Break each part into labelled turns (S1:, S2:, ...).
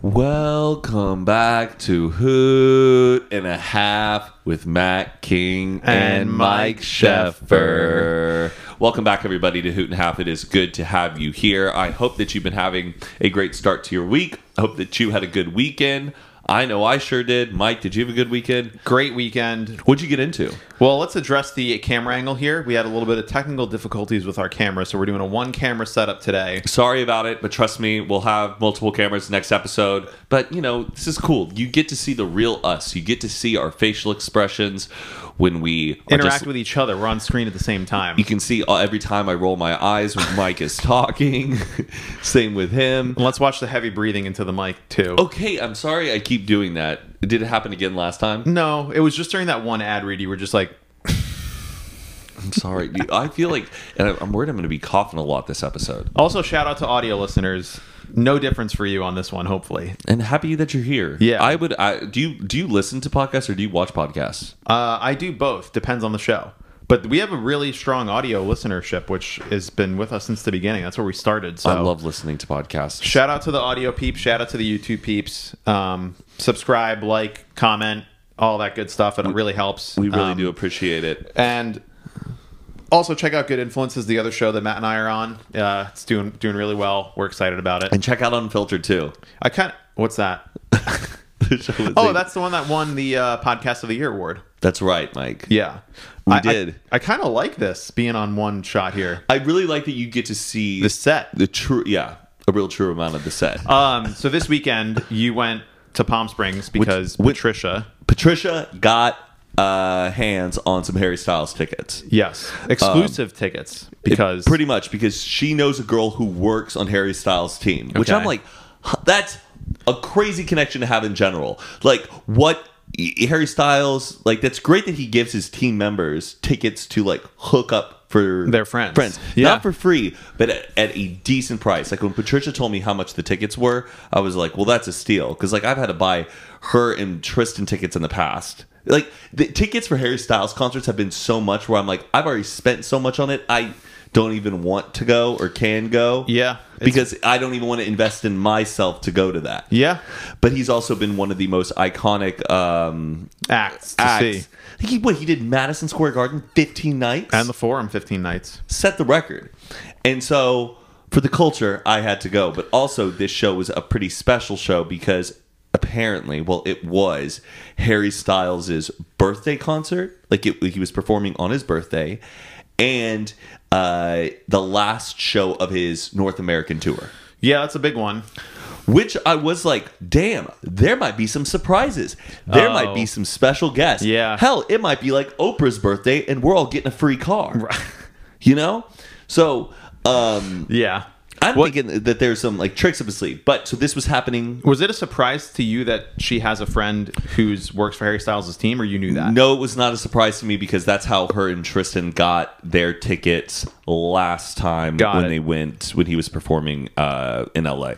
S1: Welcome back to Hoot and a Half with Matt King and,
S2: And
S1: Mike
S2: Mike
S1: Sheffer. Welcome back, everybody, to Hoot and a Half. It is good to have you here. I hope that you've been having a great start to your week. I hope that you had a good weekend. I know I sure did. Mike, did you have a good weekend?
S2: Great weekend.
S1: What'd you get into?
S2: Well, let's address the camera angle here. We had a little bit of technical difficulties with our camera, so we're doing a one camera setup today.
S1: Sorry about it, but trust me, we'll have multiple cameras next episode. But you know, this is cool. You get to see the real us. You get to see our facial expressions when we are
S2: Interact
S1: just-
S2: with each other. We're on screen at the same time.
S1: You can see uh, every time I roll my eyes when Mike is talking. Same with him.
S2: And let's watch the heavy breathing into the mic too.
S1: Okay, I'm sorry I keep doing that. Did it happen again last time?
S2: No, it was just during that one ad read you were just like,
S1: I'm sorry. dude. I feel like, and I'm- I'm worried I'm going to be coughing a lot this episode.
S2: also shout out to audio listeners. No difference for you on this one, hopefully.
S1: And happy that you're here.
S2: Yeah.
S1: I would. I, do you do you listen to podcasts or do you watch podcasts?
S2: Uh, I do both, depends on the show. But we have a really strong audio listenership, which has been with us since the beginning. That's where we started. So
S1: I love listening to podcasts.
S2: Shout out to the audio peeps. Shout out to the YouTube peeps. Um, subscribe, like, comment, all that good stuff. It really helps.
S1: we really
S2: Um,
S1: do appreciate it.
S2: And also check out Good Influences, the other show that Matt and I are on. Uh, it's doing doing really well. We're excited about it.
S1: And check out Unfiltered too.
S2: I kind of what's that?
S1: The show is-
S2: Oh, that's the one that won the uh, podcast of the year award.
S1: that's right, Mike.
S2: Yeah,
S1: We
S2: I, I-
S1: did.
S2: I, kind of like this being on one shot here.
S1: I really like that you get to see
S2: The set.
S1: the true, yeah, a real true amount of the set.
S2: Um, so this weekend you went to Palm Springs because
S1: which-
S2: Patricia.
S1: Patricia got uh, hands on some Harry Styles tickets.
S2: Yes, exclusive tickets because
S1: Pretty much because she knows a girl who works on Harry Styles' team, which
S2: Okay.
S1: I'm like, "Huh, that's a crazy connection to have in general. Like, what Harry Styles, like, that's great that he gives his team members tickets to, like, hook up for
S2: Their friends.
S1: Friends.
S2: Yeah.
S1: Not for free, but at, at a decent price. Like, when Patricia told me how much the tickets were, I was like, well, that's a steal. Because, like, I've had to buy her and Tristan tickets in the past. Like, the tickets for Harry Styles concerts have been so much where I'm like, I've already spent so much on it. I don't even want to go or can go.
S2: Yeah, it's-
S1: Because I don't even want to invest in myself to go to that.
S2: Yeah.
S1: But he's also been one of the most iconic um,
S2: acts to see.
S1: acts. He, what, he did Madison Square Garden 15 nights?
S2: And the forum 15 nights.
S1: set the record. And so for the culture, I had to go. But also, this show was a pretty special show because apparently, well, it was Harry Styles' birthday concert. Like it, he was performing on his birthday, and uh, the last show of his North American tour.
S2: Yeah, that's a big one.
S1: Which I was like, damn, there might be some surprises. There
S2: Oh.
S1: might be some special guests.
S2: Yeah.
S1: Hell, it might be like Oprah's birthday and we're all getting a free car. You know? So um
S2: Yeah.
S1: I'm thinking that there's some like tricks up his sleeve. But so this was happening.
S2: Was it a surprise to you that she has a friend who's works for Harry Styles' team, or you knew that?
S1: No, it was not a surprise to me because that's how her and Tristan got their tickets last time
S2: Got
S1: when
S2: it.
S1: they went when he was performing uh in LA.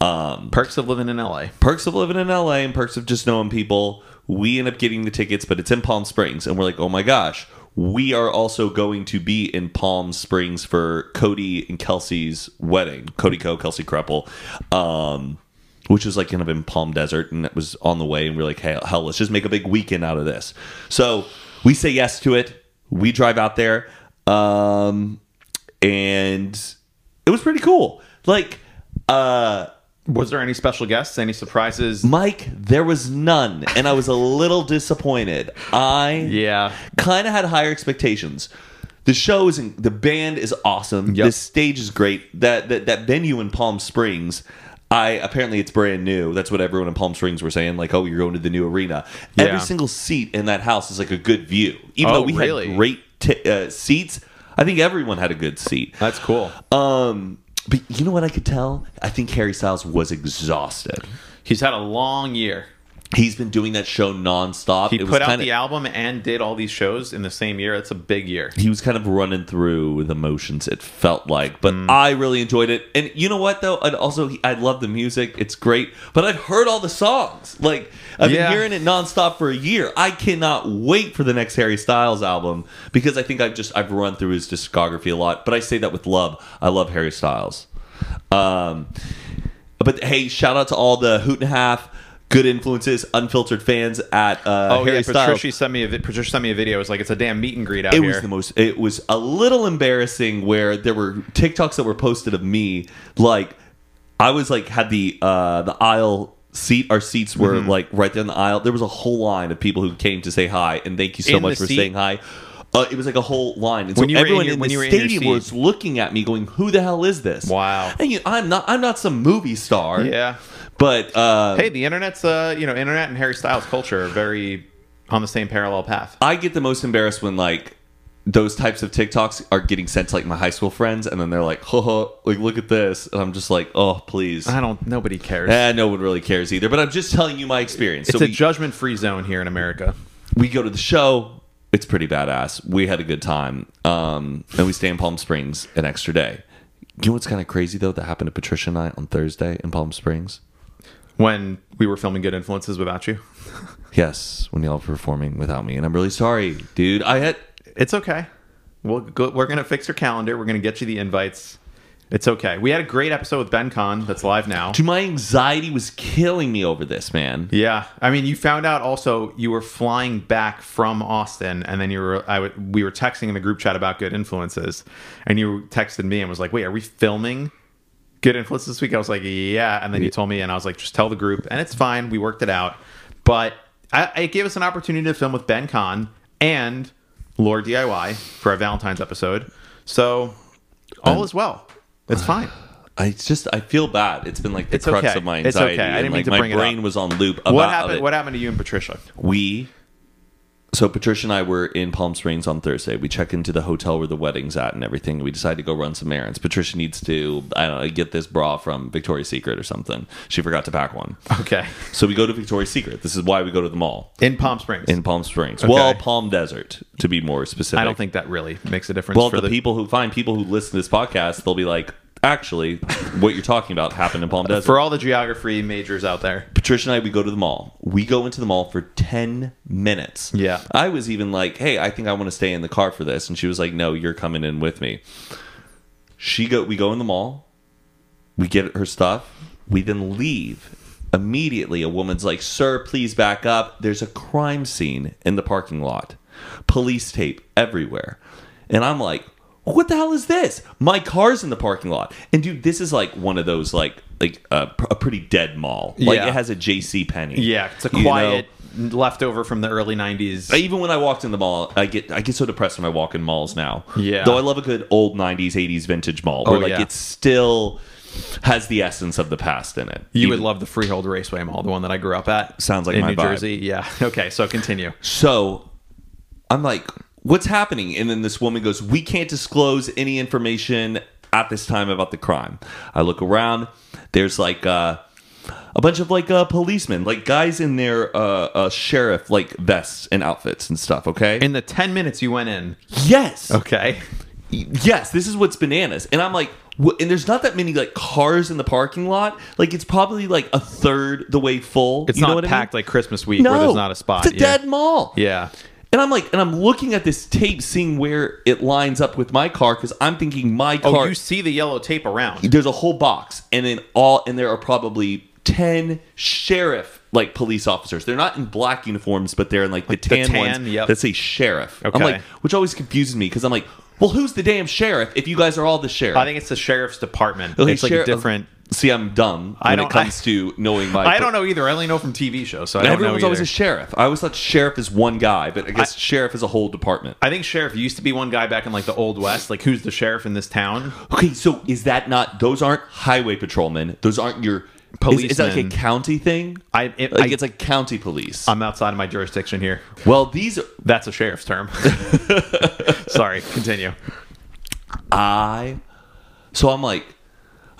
S1: Um
S2: Perks of living in LA.
S1: perks of living in LA and perks of just knowing people. We end up getting the tickets, but it's in Palm Springs, and we're like, oh my gosh, we are also going to be in Palm Springs for Cody and Kelsey's wedding. Cody Co, Kelsey Kreppel. Um which was like kind of in Palm Desert, and it was on the way, and we are like, hey, hell, let's just make a big weekend out of this. So we say yes to it. We drive out there, um, and it was pretty cool. Like, uh,
S2: Was there any special guests? Any surprises?
S1: Mike, there was none, and I was a little disappointed. I
S2: Yeah.
S1: kind of had higher expectations. The show is in, the band is awesome.
S2: Yep.
S1: The stage is great. That, that that venue in Palm Springs, I apparently it's brand new. That's what everyone in Palm Springs were saying. Like, oh, you're going to the new arena.
S2: Yeah.
S1: Every single seat in that house is like a good view. Even
S2: Oh,
S1: though we
S2: really?
S1: had great t- uh, seats, I think everyone had a good seat.
S2: That's cool.
S1: Um, but you know what I could tell? I think Harry Styles was exhausted.
S2: He's had a long year.
S1: He's been doing that show nonstop.
S2: He
S1: It was
S2: put out
S1: kinda-
S2: the album and did all these shows in the same year. That's a big year.
S1: he was kind of running through the motions it felt like but
S2: Mm.
S1: i really enjoyed it and you know what though and also he- i love the music it's great but i've heard all the songs like i've
S2: Yeah.
S1: been hearing it nonstop for a year i cannot wait for the next harry styles album because i think i've just i've run through his discography a lot but i say that with love i love harry styles um but hey shout out to all the hoot and half good influences unfiltered fans at uh
S2: Oh
S1: harry
S2: yeah,
S1: styles
S2: Patricia sent me a vi- Patricia sent me a video. It's like it's a damn meet and greet out
S1: it
S2: here.
S1: was the most it was a little embarrassing where there were tiktoks that were posted of me like i was like had the uh the aisle seat our seats were
S2: Mm-hmm.
S1: like right there in the aisle there was a whole line of people who came to say hi and thank you so
S2: In the
S1: much for
S2: seat?
S1: saying hi uh, it was like a whole line, and so
S2: When you were in
S1: everyone
S2: your-
S1: in,
S2: when you were
S1: the
S2: in your
S1: stadium
S2: seat.
S1: was looking at me, going, "Who the hell is this?"
S2: Wow.
S1: And you, I'm not, I'm not some movie star.
S2: yeah.
S1: But uh,
S2: Hey, the internet's uh, you know, internet and Harry Styles culture are very on the same parallel path.
S1: I get the most embarrassed when like those types of TikToks are getting sent to like my high school friends, and then they're like, "Ho ho, like look at this," and I'm just like, "Oh, please."
S2: I don't. Nobody cares.
S1: Eh, no one really cares either. But I'm just telling you my experience.
S2: it's
S1: so
S2: a
S1: we,
S2: judgment free zone here in America.
S1: we go to the show. It's pretty badass. We had a good time, um, and we stay in Palm Springs an extra day. You know what's kind of crazy though that happened to Patricia and I on Thursday in Palm Springs.
S2: When we were filming Good Influences without you,
S1: Yes, when y'all were performing without me, and I'm really sorry, dude. I had
S2: it's okay. We'll go, we're gonna fix your calendar. We're gonna get you the invites. It's okay. We had a great episode with Ben Con that's live now.
S1: dude, my anxiety was killing me over this, man.
S2: Yeah, I mean, you found out also you were flying back from Austin, and then you were I w- we were texting in the group chat about good influences, and you texted me and was like, "Wait, are we filming good influences this week?" I was like, "Yeah," and then you told me, and I was like, "Just tell the group," and it's fine. We worked it out, but I, it gave us an opportunity to film with Ben Con and Lord DIY for our Valentine's episode, so all is well. It's fine.
S1: I it's just I feel bad. It's been like the
S2: It's
S1: crux
S2: okay.
S1: of my
S2: It's
S1: anxiety.
S2: okay. I didn't mean
S1: and, like,
S2: to
S1: my
S2: bring it
S1: brain
S2: up.
S1: was on loop. About
S2: What happened?
S1: It.
S2: What happened to you and Patricia?
S1: we so Patricia and I were in Palm Springs on Thursday. We check into the hotel where the wedding's at and everything. We decide to go run some errands. Patricia needs to I don't know get this bra from Victoria's Secret or something. She forgot to pack one,
S2: Okay,
S1: so we go to Victoria's Secret. This is why we go to the mall
S2: in Palm Springs.
S1: in Palm Springs. Well, Palm Desert to be more specific.
S2: I don't think that really makes a difference.
S1: Well,
S2: for
S1: the, people who find people who listen to this podcast, they'll be like, actually, what you're talking about happened in Palm Desert.
S2: for all the geography majors out there.
S1: Patricia and I, we go to the mall. We go into the mall for 10 minutes.
S2: Yeah.
S1: I was even like, hey, I think I want to stay in the car for this. And she was like, no, you're coming in with me. She go, we go in the mall. We get her stuff. We then leave. Immediately, a woman's like, sir, please back up. There's a crime scene in the parking lot, police tape everywhere. And I'm like, what the hell is this? My car's in the parking lot. And dude, this is like one of those like like uh, pr- a pretty dead mall. Like
S2: Yeah.
S1: it has a JC Penney.
S2: Yeah, it's a quiet leftover from the early '90s.
S1: Even when I walked in the mall, I get I get so depressed when I walk in malls now.
S2: Yeah.
S1: Though I love a good old '90s, '80s vintage mall where
S2: Oh,
S1: like
S2: yeah.
S1: it still has the essence of the past in it.
S2: you would
S1: Even-
S2: love the Freehold Raceway Mall, the one that I grew up at.
S1: Sounds like
S2: in
S1: my
S2: New
S1: vibe.
S2: Jersey. Yeah. Okay, so continue.
S1: So I'm like, what's happening? And then this woman goes, we can't disclose any information at this time about the crime. I look around. There's like uh, a bunch of like uh, policemen, like guys in their uh, uh, sheriff like vests and outfits and stuff. Okay.
S2: In the ten minutes you went in,
S1: yes.
S2: okay,
S1: yes, this is what's bananas. And I'm like, wh- and there's not that many like cars in the parking lot. Like it's probably like a third the way full.
S2: it's
S1: You know
S2: not
S1: what I mean?
S2: packed like Christmas week where there's not a spot.
S1: It's a
S2: yeah.
S1: dead mall.
S2: Yeah.
S1: And I'm like, and I'm looking at this tape, seeing where it lines up with my car, because I'm thinking my
S2: Oh,
S1: car.
S2: you see the yellow tape around.
S1: there's a whole box, and then all, and there are probably ten sheriff like police officers. They're not in black uniforms, but they're in like the tan,
S2: tan,
S1: ones
S2: yep.
S1: that say sheriff. I'm
S2: Okay.
S1: like, which always confuses me because I'm like, well, who's the damn sheriff if you guys are all the sheriff?
S2: I think it's the sheriff's department.
S1: Okay,
S2: it's like
S1: Oh, sheriff-
S2: a different
S1: See, I'm dumb
S2: I
S1: when it
S2: don't-
S1: comes to knowing my.
S2: I don't know either. I only know from TV shows, so I don't know
S1: Everyone's
S2: either.
S1: always a sheriff. I always thought sheriff is one guy, but I guess sheriff is a whole department.
S2: I think sheriff used to be one guy back in like the old west. Like, who's the sheriff in this town?
S1: Okay, so is that not? Those aren't highway patrolmen. Those aren't your police. Is, is that like a
S2: Policemen.
S1: county thing?
S2: I, it,
S1: like
S2: I Um,
S1: it's like county police.
S2: I'm outside of my jurisdiction here.
S1: well, these. Are,
S2: That's a sheriff's term. Sorry, continue.
S1: I. So I'm like,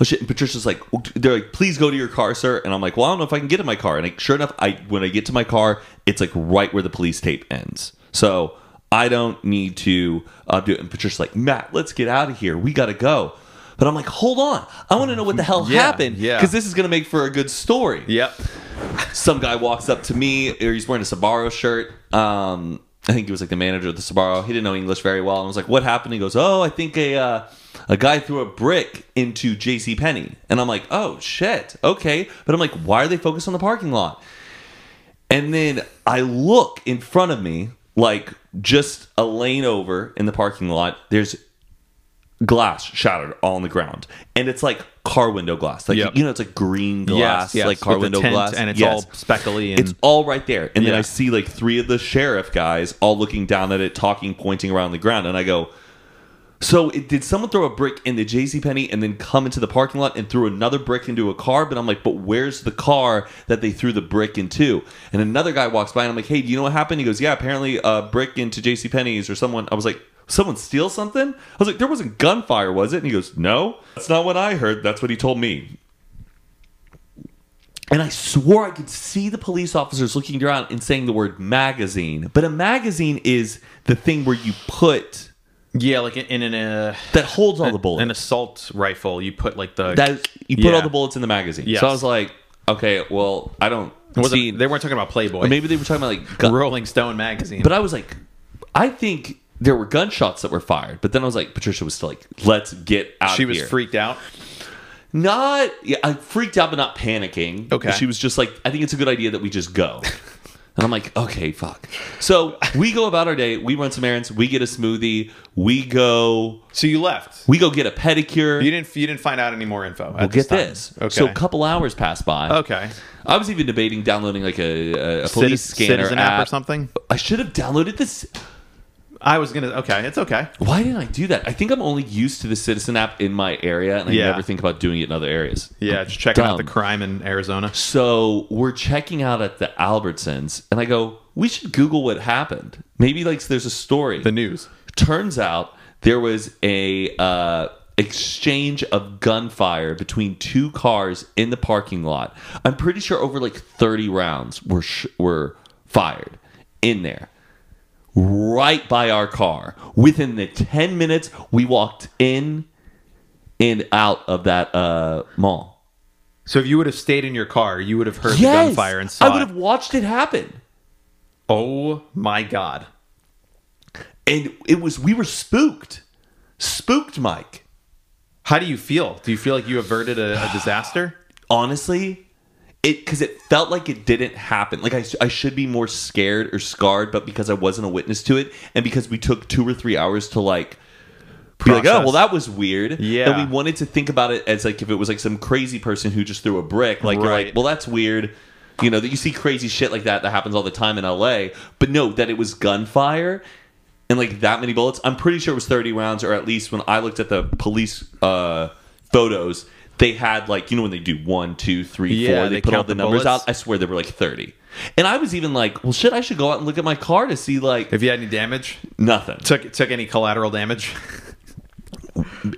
S1: oh shit. And Patricia's like, they're like, please go to your car, sir. And I'm like, well, I don't know if I can get in my car. And like, sure enough, I when I get to my car, it's like right where the police tape ends. So I don't need to uh, do it. And Patricia's like, Matt, let's get out of here. We gotta go. But I'm like, hold on. I want to know what the hell
S2: Yeah,
S1: happened
S2: yeah.
S1: because this is gonna make for a good story.
S2: Yep.
S1: some guy walks up to me or he's wearing a Sabaro shirt. Um, I think he was like the manager of the Sabaro. He didn't know English very well. And I was like, what happened? He goes, oh, I think a, uh, a guy threw a brick into J.C. Penney. And I'm like, oh, shit. Okay. But I'm like, why are they focused on the parking lot? And then I look in front of me, like just a lane over in the parking lot. There's glass shattered all on the ground, and it's like car window glass, like
S2: Yep.
S1: you know, it's like green glass, like car
S2: with the
S1: window
S2: tint,
S1: glass,
S2: and it's
S1: Yes.
S2: all speckly and
S1: It's all right there. And then
S2: Yeah.
S1: I see like three of the sheriff guys all looking down at it, talking, pointing around the ground, and I go. So it, did someone throw a brick in the J.C. Penney and then come into the parking lot and threw another brick into a car? But I'm like, but where's the car that they threw the brick into? And another guy walks by and I'm like, hey, do you know what happened? He goes, yeah, apparently a brick into J.C. Penney's or someone. I was like, someone steal something? I was like, there wasn't gunfire, was it? And he goes, no, that's not what I heard. That's what he told me. And I swore I could see the police officers looking around and saying the word magazine. But a magazine is the thing where you put
S2: yeah, like in, in an uh,
S1: that holds all the bullets.
S2: an assault rifle. You put like the
S1: that is- you put
S2: Yeah.
S1: all the bullets in the magazine.
S2: Yes.
S1: So I was like, okay, well, I don't
S2: Was
S1: see.
S2: it, they weren't talking about Playboy,
S1: maybe they were talking about like, gun,
S2: Rolling Stone magazine.
S1: but I was like, I think there were gunshots that were fired. But then I was like, Patricia was still like, let's get out.
S2: she
S1: of
S2: was
S1: here.
S2: freaked out.
S1: Not, yeah, I freaked out, but not panicking.
S2: Okay.
S1: she was just like, I think it's a good idea that we just go. And I'm like, okay, fuck. So we go about our day. We run some errands. We get a smoothie. We go.
S2: So you left.
S1: We go get a pedicure.
S2: You didn't. You didn't find out any more info.
S1: Well, get this.
S2: Okay.
S1: So a couple hours pass by.
S2: okay.
S1: I was even debating downloading like a, a, a police
S2: Citi-
S1: scanner
S2: citizen app or something.
S1: I should have downloaded this.
S2: I was gonna. Okay, it's okay.
S1: Why didn't I do that? I think I'm only used to the citizen app in my area, and I
S2: Yeah.
S1: never think about doing it in other areas.
S2: Yeah, just checking out the
S1: Dumb.
S2: crime in Arizona.
S1: So we're checking out at the Albertsons, and I go, we should Google what happened. Maybe like there's a story.
S2: The news.
S1: Turns out there was a uh, exchange of gunfire between two cars in the parking lot. I'm pretty sure over like 30 rounds were sh- were fired in there, right by our car. Within the 10 minutes, we walked in and out of that uh, mall.
S2: So if you would have stayed in your car, you would have heard the gunfire and saw.
S1: I would have
S2: it.
S1: watched it happen.
S2: Oh my god.
S1: And it was we were spooked, spooked, Mike.
S2: How do you feel? Do you feel like you averted a, a disaster?
S1: honestly it because it felt like it didn't happen like I, s- I should be more scared or scarred but because i wasn't a witness to it and because we took two or three hours to like be like oh
S2: Process.
S1: well that was weird
S2: Yeah.
S1: and we wanted to think about it as like if it was like some crazy person who just threw a brick like you're
S2: Right.
S1: like well that's weird you know that you see crazy shit like that that happens all the time in la but no that it was gunfire and like that many bullets. I'm pretty sure it was 30 rounds, or at least when I looked at the police uh, photos, they had like you know when they do one, two, three, four.
S2: Yeah,
S1: they,
S2: they
S1: put all
S2: count
S1: the
S2: the
S1: numbers
S2: bullets.
S1: out. I swear there were like 30. And I was even like, well, shit, I should go out and look at my car to see like
S2: Have you had any damage?
S1: nothing.
S2: Took took any collateral damage?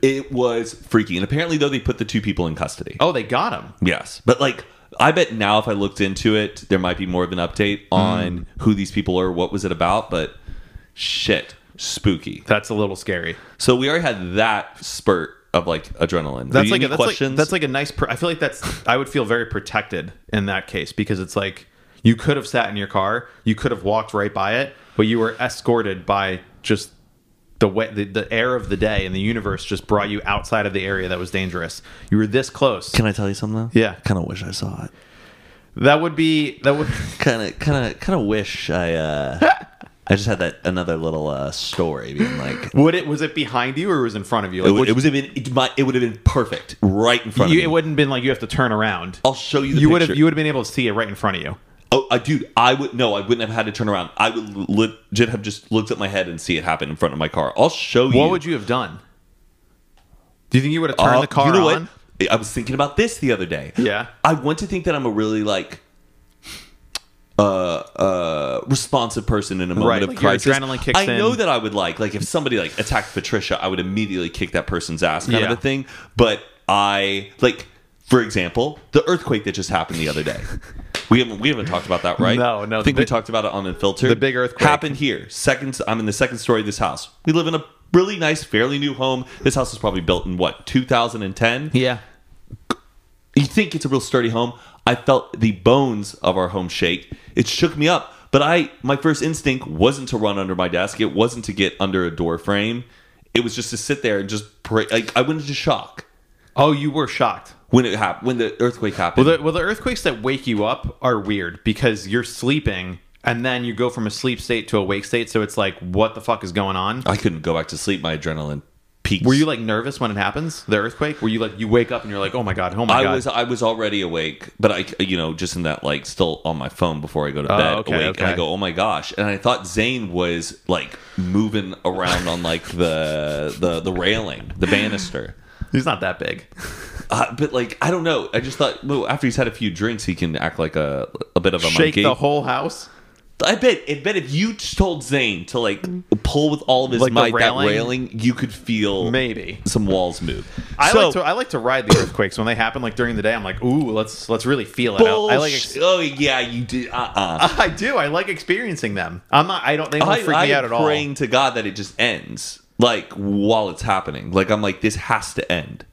S1: It was freaky. And apparently, though, they put the two people in custody.
S2: Oh, they got him.
S1: Yes, but like. I bet now if I looked into it, there might be more of an update on
S2: Mm.
S1: who these people are, what was it about, but shit, spooky.
S2: That's a little scary.
S1: So we already had that spurt of like adrenaline.
S2: That's
S1: Do you
S2: like, a,
S1: need
S2: that's
S1: questions.
S2: like that's like a nice. Pr- I feel like that's. I would feel very protected in that case because it's like you could have sat in your car, you could have walked right by it, but you were escorted by just the way the, the air of the day and the universe just brought you outside of the area that was dangerous. You were this close.
S1: Can I tell you something?
S2: Yeah.
S1: Kind of wish I saw it.
S2: That would be that would.
S1: Kind of, kind of, kind of wish I. uh I just had that another little uh, story being like.
S2: Would it was it behind you or was it in front of you?
S1: It
S2: Like,
S1: would,
S2: which-
S1: it was even it, might it would have been perfect right in front
S2: you,
S1: of
S2: it
S1: me.
S2: wouldn't have been like you have to turn around.
S1: I'll show you the
S2: you would
S1: picture.
S2: have you would have been able to see it right in front of you.
S1: Oh, uh, dude, I would no, I wouldn't have had to turn around. I would legit have just looked at my head and see it happen in front of my car. I'll show you.
S2: What would you have done? Do you think you would have turned
S1: I'll-
S2: the car
S1: you know
S2: on?
S1: What? I was thinking about this the other day.
S2: Yeah.
S1: I want to think that I'm a really like uh uh responsive person in a moment
S2: Right,
S1: of
S2: like your
S1: crisis.
S2: adrenaline kicks
S1: I know
S2: in.
S1: that I would like like if somebody like attacked Patricia, I would immediately kick that person's ass kind of
S2: Yeah.
S1: a thing. But I like for example, the earthquake that just happened the other day. We haven't, we haven't talked about that, right?
S2: No, no,
S1: I think
S2: the-
S1: we talked about it on Unfiltered.
S2: the big earthquake.
S1: happened here. Second, I'm in the second story of this house. We live in a really nice, fairly new home. This house was probably built in what 2010.
S2: Yeah.
S1: You think it's a real sturdy home. I felt the bones of our home shake. It shook me up, but I my first instinct wasn't to run under my desk. It wasn't to get under a door frame. It was just to sit there and just pray. Like I went into shock
S2: Oh, you were shocked.
S1: when it happened. When the earthquake happened.
S2: Well the, well, the earthquakes that wake you up are weird because you're sleeping and then you go from a sleep state to a wake state. So it's like, what the fuck is going on?
S1: I couldn't go back to sleep. My adrenaline peaked.
S2: Were you like nervous when it happens? The earthquake? Were you like, you wake up and you're like, oh my god, oh my
S1: I
S2: god.
S1: was I was already awake, but I you know just in that like still on my phone before I go to
S2: Oh,
S1: bed
S2: okay,
S1: awake, and I
S2: okay.
S1: go oh my gosh, and I thought Zane was like moving around on like the the the railing, the banister,
S2: He's not that big.
S1: uh, but like I don't know, I just thought well after he's had a few drinks he can act like a a bit of a
S2: Shake
S1: monkey.
S2: the whole house.
S1: I bet I bet if you told Zane to like pull with all of his
S2: Like the
S1: might
S2: railing?
S1: that railing, you could feel
S2: Maybe.
S1: some walls move.
S2: I
S1: So-
S2: like to I like to ride the earthquakes when they happen like during the day. I'm like, ooh, let's let's really feel it out. I like
S1: Bullsh- oh yeah, you did. Uh uh
S2: I do. I like experiencing them. I'm not. I don't. They don't
S1: I,
S2: freak
S1: I
S2: me
S1: am
S2: out at all.
S1: praying to God that it just ends, like while it's happening. Like I'm like, this has to end.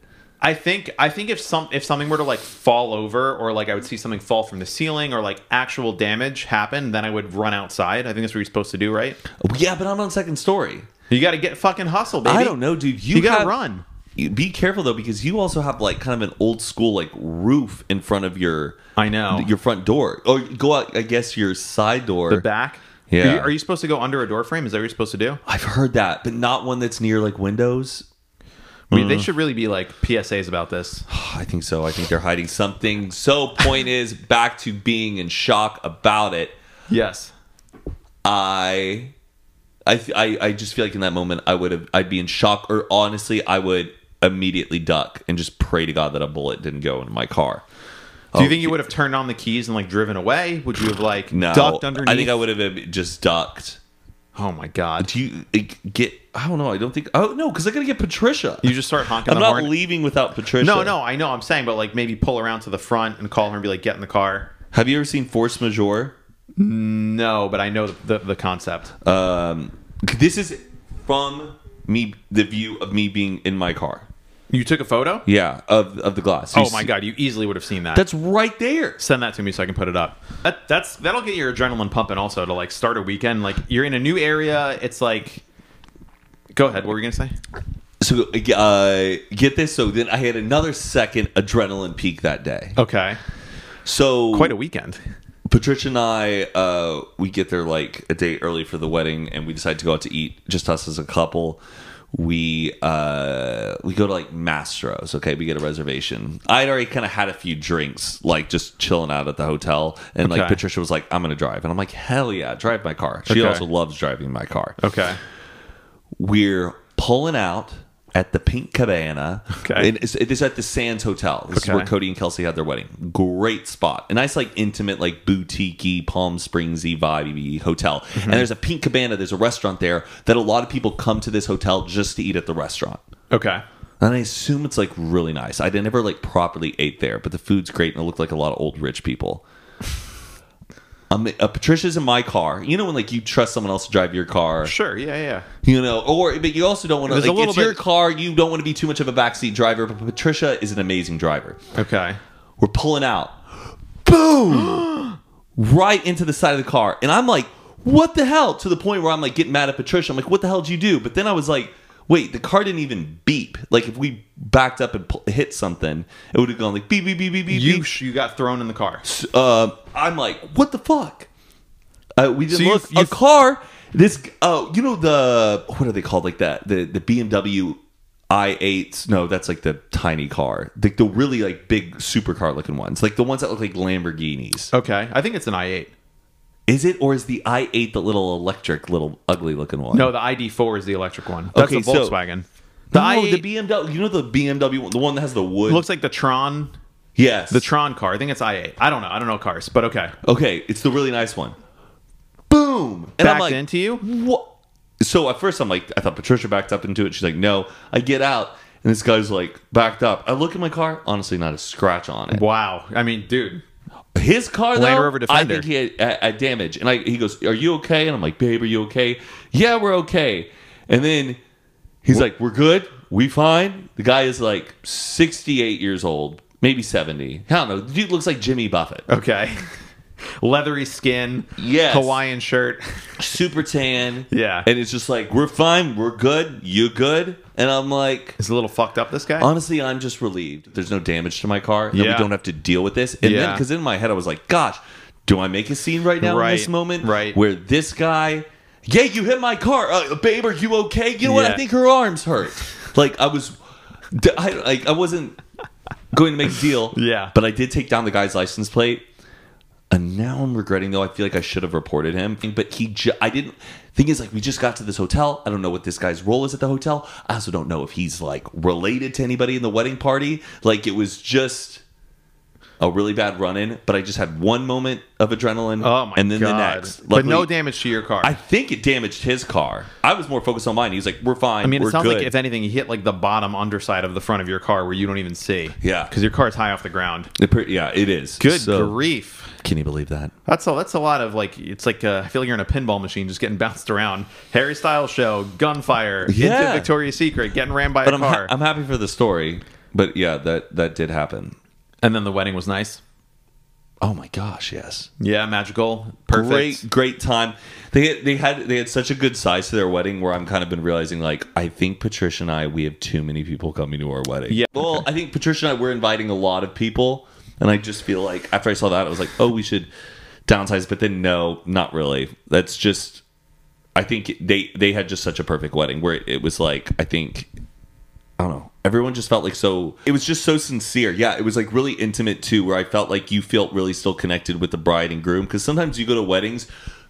S2: I think. I think if some if something were to like fall over or like I would see something fall from the ceiling or like actual damage happen, then I would run outside. I think that's what you're supposed to do, right?
S1: Yeah, but I'm on second story.
S2: You got to get fucking hustle, baby.
S1: I don't know, dude. You,
S2: You gotta
S1: have-
S2: run.
S1: you- Be careful though, because you also have like kind of an old school like roof in front of your.
S2: I know.
S1: your front door, or go out. I guess your side door.
S2: The back.
S1: Yeah.
S2: Are you, are you supposed to go under a door frame? Is that what you're supposed to do?
S1: I've heard that, but not one that's near like windows.
S2: We,
S1: Mm.
S2: they should really be like PSAs about this.
S1: I think so. I think they're hiding something. So point is back to being in shock about it.
S2: Yes.
S1: I, I, I, I just feel like in that moment I would have, I'd be in shock, or honestly, I would immediately duck and just pray to God that a bullet didn't go into my car.
S2: Do
S1: Oh,
S2: you think you would have turned on the keys and like driven away? Would you have like
S1: No,
S2: ducked underneath?
S1: I think I would have uh, just ducked.
S2: Oh my god!
S1: Do you like, get? I don't know. I don't think. Oh no, because I gotta get Patricia.
S2: You just start honking
S1: I'm
S2: the
S1: not
S2: horn.
S1: leaving without Patricia.
S2: No, no, I know. I'm saying, but like maybe pull around to the front and call her and be like, "Get in the car."
S1: Have you ever seen Force Majeure?
S2: No, but I know the, the, the concept. Uh,
S1: Um, this is from me, the view of me being in my car.
S2: you took a photo?
S1: Yeah, of of the glass. You
S2: Oh my
S1: see-
S2: god, you easily would have seen that.
S1: that's right there.
S2: Send that to me so I can put it up. That that's that'll get your adrenaline pumping also to like start a weekend. Like you're in a new area. It's like, go ahead. What were you gonna say?
S1: So uh, get this. So then I had another second adrenaline peak that day.
S2: Okay,
S1: So
S2: Oh, quite a weekend.
S1: Patricia and I, uh, we get there like a day early for the wedding, and we decide to go out to eat, just us as a couple. We uh, we go to like Mastro's. Okay, we get a reservation. I had already kind of had a few drinks, like just chilling out at the hotel, and like
S2: Okay.
S1: Patricia was like, "I'm gonna drive," and I'm like, "Hell yeah, drive my car." She
S2: Okay.
S1: also loves driving my car.
S2: Okay,
S1: we're pulling out at the Pink Cabana.
S2: Okay.
S1: And it's- it is at the Sands Hotel. This
S2: Okay.
S1: is where Cody and Kelsey had their wedding. Great spot. A nice, like, intimate, like, boutique Palm Springsy vibey hotel. And there's a Pink Cabana. There's a restaurant there that a lot of people come to this hotel just to eat at the restaurant.
S2: okay.
S1: And I assume it's like really nice. I never like properly ate there, but the food's great and it looked like a lot of old rich people. Um, uh, Patricia's in my car. You know when like you trust someone else to drive your car
S2: Sure. Yeah, yeah.
S1: you know, or but you also don't want to.
S2: There's
S1: Like,
S2: a little
S1: it's your
S2: bit-
S1: car. You don't want to be too much of a backseat driver. But Patricia is an amazing driver.
S2: Okay.
S1: We're pulling out, boom, right into the side of the car, and I'm like, "What the hell?" To the point where I'm like getting mad at Patricia. I'm like, "What the hell did you do?" But then I was like, "Wait, the car didn't even beep. Like if we backed up and pu- hit something, it would have gone like beep beep beep beep beep."
S2: You
S1: beep.
S2: sh- you got thrown in the car.
S1: Um, I'm like, "What the fuck?" Uh, we didn't
S2: So you-
S1: look.
S2: you-
S1: a car This oh, you know the what are they called like that? The the BMW i8s. No, that's like the tiny car. The the really like big supercar looking ones. Like the ones that look like Lamborghinis.
S2: Okay, I think it's an i8.
S1: Is it or is the i8 the little electric little ugly looking one?
S2: No, the ID4 is the electric one. That's
S1: Okay,
S2: the
S1: so-
S2: Volkswagen.
S1: The,
S2: The
S1: no,
S2: i8
S1: the BMW. You know the BMW one, the one that has the wood.
S2: looks like the Tron,
S1: yes,
S2: the Tron car. I think it's i8. I don't know. I don't know cars, but okay.
S1: Okay, it's the really nice one. Boom! And
S2: Backed into you?
S1: What? So at first I'm like, I thought Patricia backed up into it. She's like, no. I get out, and this guy's like backed up. I look at my car. Honestly, not a scratch on it.
S2: Wow. I mean, dude.
S1: His car, though,
S2: Land Rover
S1: I
S2: Defender.
S1: think he had, had, had damage. And I, he goes, "Are you okay?" And I'm like, "Babe, are you okay?" Yeah, we're okay. And then he's like, "We're good. We fine." The guy is like 68 years old, maybe 70. I don't know. The dude looks like Jimmy Buffett.
S2: Okay. Leathery skin.
S1: Yes.
S2: Hawaiian shirt.
S1: super tan.
S2: Yeah.
S1: And it's just like, we're fine, we're good, you good. And I'm like,
S2: Is a little fucked up, this guy?
S1: honestly, I'm just relieved. There's no damage to my car. That
S2: Yeah.
S1: we don't have to deal with this. And then,
S2: Yeah.
S1: because in my head, I was like, gosh, do I make a scene right now in this
S2: Right,
S1: moment?
S2: right.
S1: Where this guy, yeah, you hit my car. Uh, babe, are you okay? You know what? I
S2: Yeah.
S1: think her arm's hurt. Like, I was, I, like, I wasn't going to make a deal.
S2: Yeah.
S1: But I did take down the guy's license plate. And now I'm regretting though. I feel like I should have reported him, but he. Ju- I didn't. Thing is, like, we just got to this hotel. I don't know what this guy's role is at the hotel. I also don't know if he's like related to anybody in the wedding party. Like, it was just a really bad run in. But I just had one moment of adrenaline.
S2: oh, my God.
S1: And then the next.
S2: but no
S1: Luckily,
S2: damage to your car.
S1: I think it damaged his car. I was more focused on mine. He's like, "We're fine.
S2: I mean,
S1: we're
S2: it sounds
S1: good.
S2: like if anything, you hit like the bottom underside of the front of your car where you don't even see.
S1: Yeah.
S2: because your car's high off the ground.
S1: It pre- yeah, it is.
S2: Good
S1: So-
S2: grief!
S1: Can you believe that?
S2: That's a that's a lot of like it's like uh, I feel like you're in a pinball machine just getting bounced around. Harry Styles show, gunfire,
S1: Yeah.
S2: into Victoria's Secret, getting ran by
S1: But
S2: a
S1: I'm
S2: car,
S1: ha- I'm happy for the story. But yeah, that that did happen.
S2: and then the wedding was nice.
S1: Oh my gosh, yes.
S2: Yeah, magical, perfect.
S1: Great great time. They had, they had they had such a good size to their wedding where I'm kind of been realizing like I think Patricia and I we have too many people coming to our wedding.
S2: Yeah.
S1: Well, I think Patricia and I we're inviting a lot of people and I just feel like after I saw that I was like, "Oh, we should downsize." But then no, not really. That's just I think they they had just such a perfect wedding where it, it was like I think I don't know. Everyone just felt like so. It was just so sincere. Yeah, it was like really intimate too, where I felt like you felt really still connected with the bride and groom. Because sometimes you go to weddings.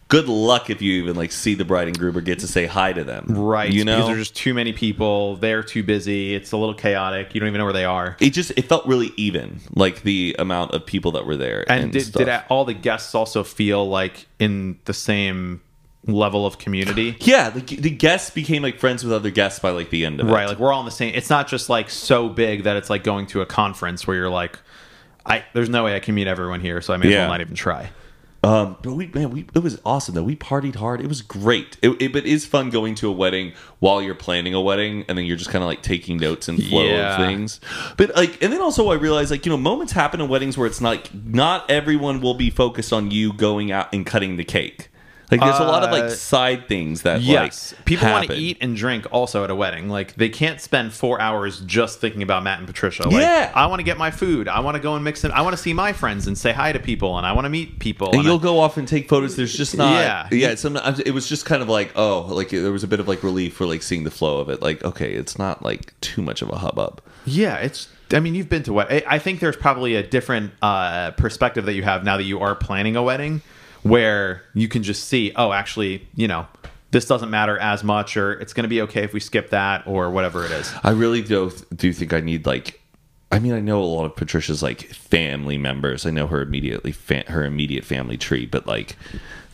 S1: Good luck if you even like see the bride and groom or get to say hi to them.
S2: Right,
S1: You
S2: because
S1: know,
S2: there's just too many people. They're too busy. It's a little chaotic. You don't even know where they are.
S1: it just it felt really even, like the amount of people that were there. And,
S2: And did,
S1: stuff.
S2: did all the guests also feel like in the same level of community?
S1: yeah, the, the guests became like friends with other guests by like the end of it.
S2: Right, like we're all in the same. It's not just like so big that it's like going to a conference where you're like, I there's no way I can meet everyone here, so I may as
S1: Yeah.
S2: well not even try.
S1: Um, but we, man, we, it was awesome though. We partied hard. It was great. It, it, but it is fun going to a wedding while you're planning a wedding, and then you're just kind of like taking notes and flow
S2: Yeah.
S1: of things. But like, and then also I realized like you know moments happen in weddings where it's not like not everyone will be focused on you going out and cutting the cake. Like there's a lot of
S2: Uh,
S1: like side things that
S2: Yes,
S1: like
S2: people want to
S1: happen.
S2: eat and drink also at a wedding. Like they can't spend four hours just thinking about Matt and Patricia. Like,
S1: Yeah.
S2: I want to get my food. I want to go and mix them. I want to see my friends and say hi to people, and I want to meet people.
S1: And
S2: and
S1: you'll
S2: I-
S1: go off and take photos. There's just not, yeah,
S2: Yeah.
S1: yeah. Sometimes it was just kind of like, oh, like there was a bit of like relief for like seeing the flow of it. Like, okay, it's not like too much of a hubbub.
S2: Yeah, it's. I mean, you've been to what? I I think there's probably a different uh, perspective that you have now that you are planning a wedding, where you can just see, oh, actually, you know, this doesn't matter as much, or it's going to be okay if we skip that, or whatever it is.
S1: I really do do think I need like. I mean, I know a lot of Patricia's like family members. I know her immediately fa- her immediate family tree, but like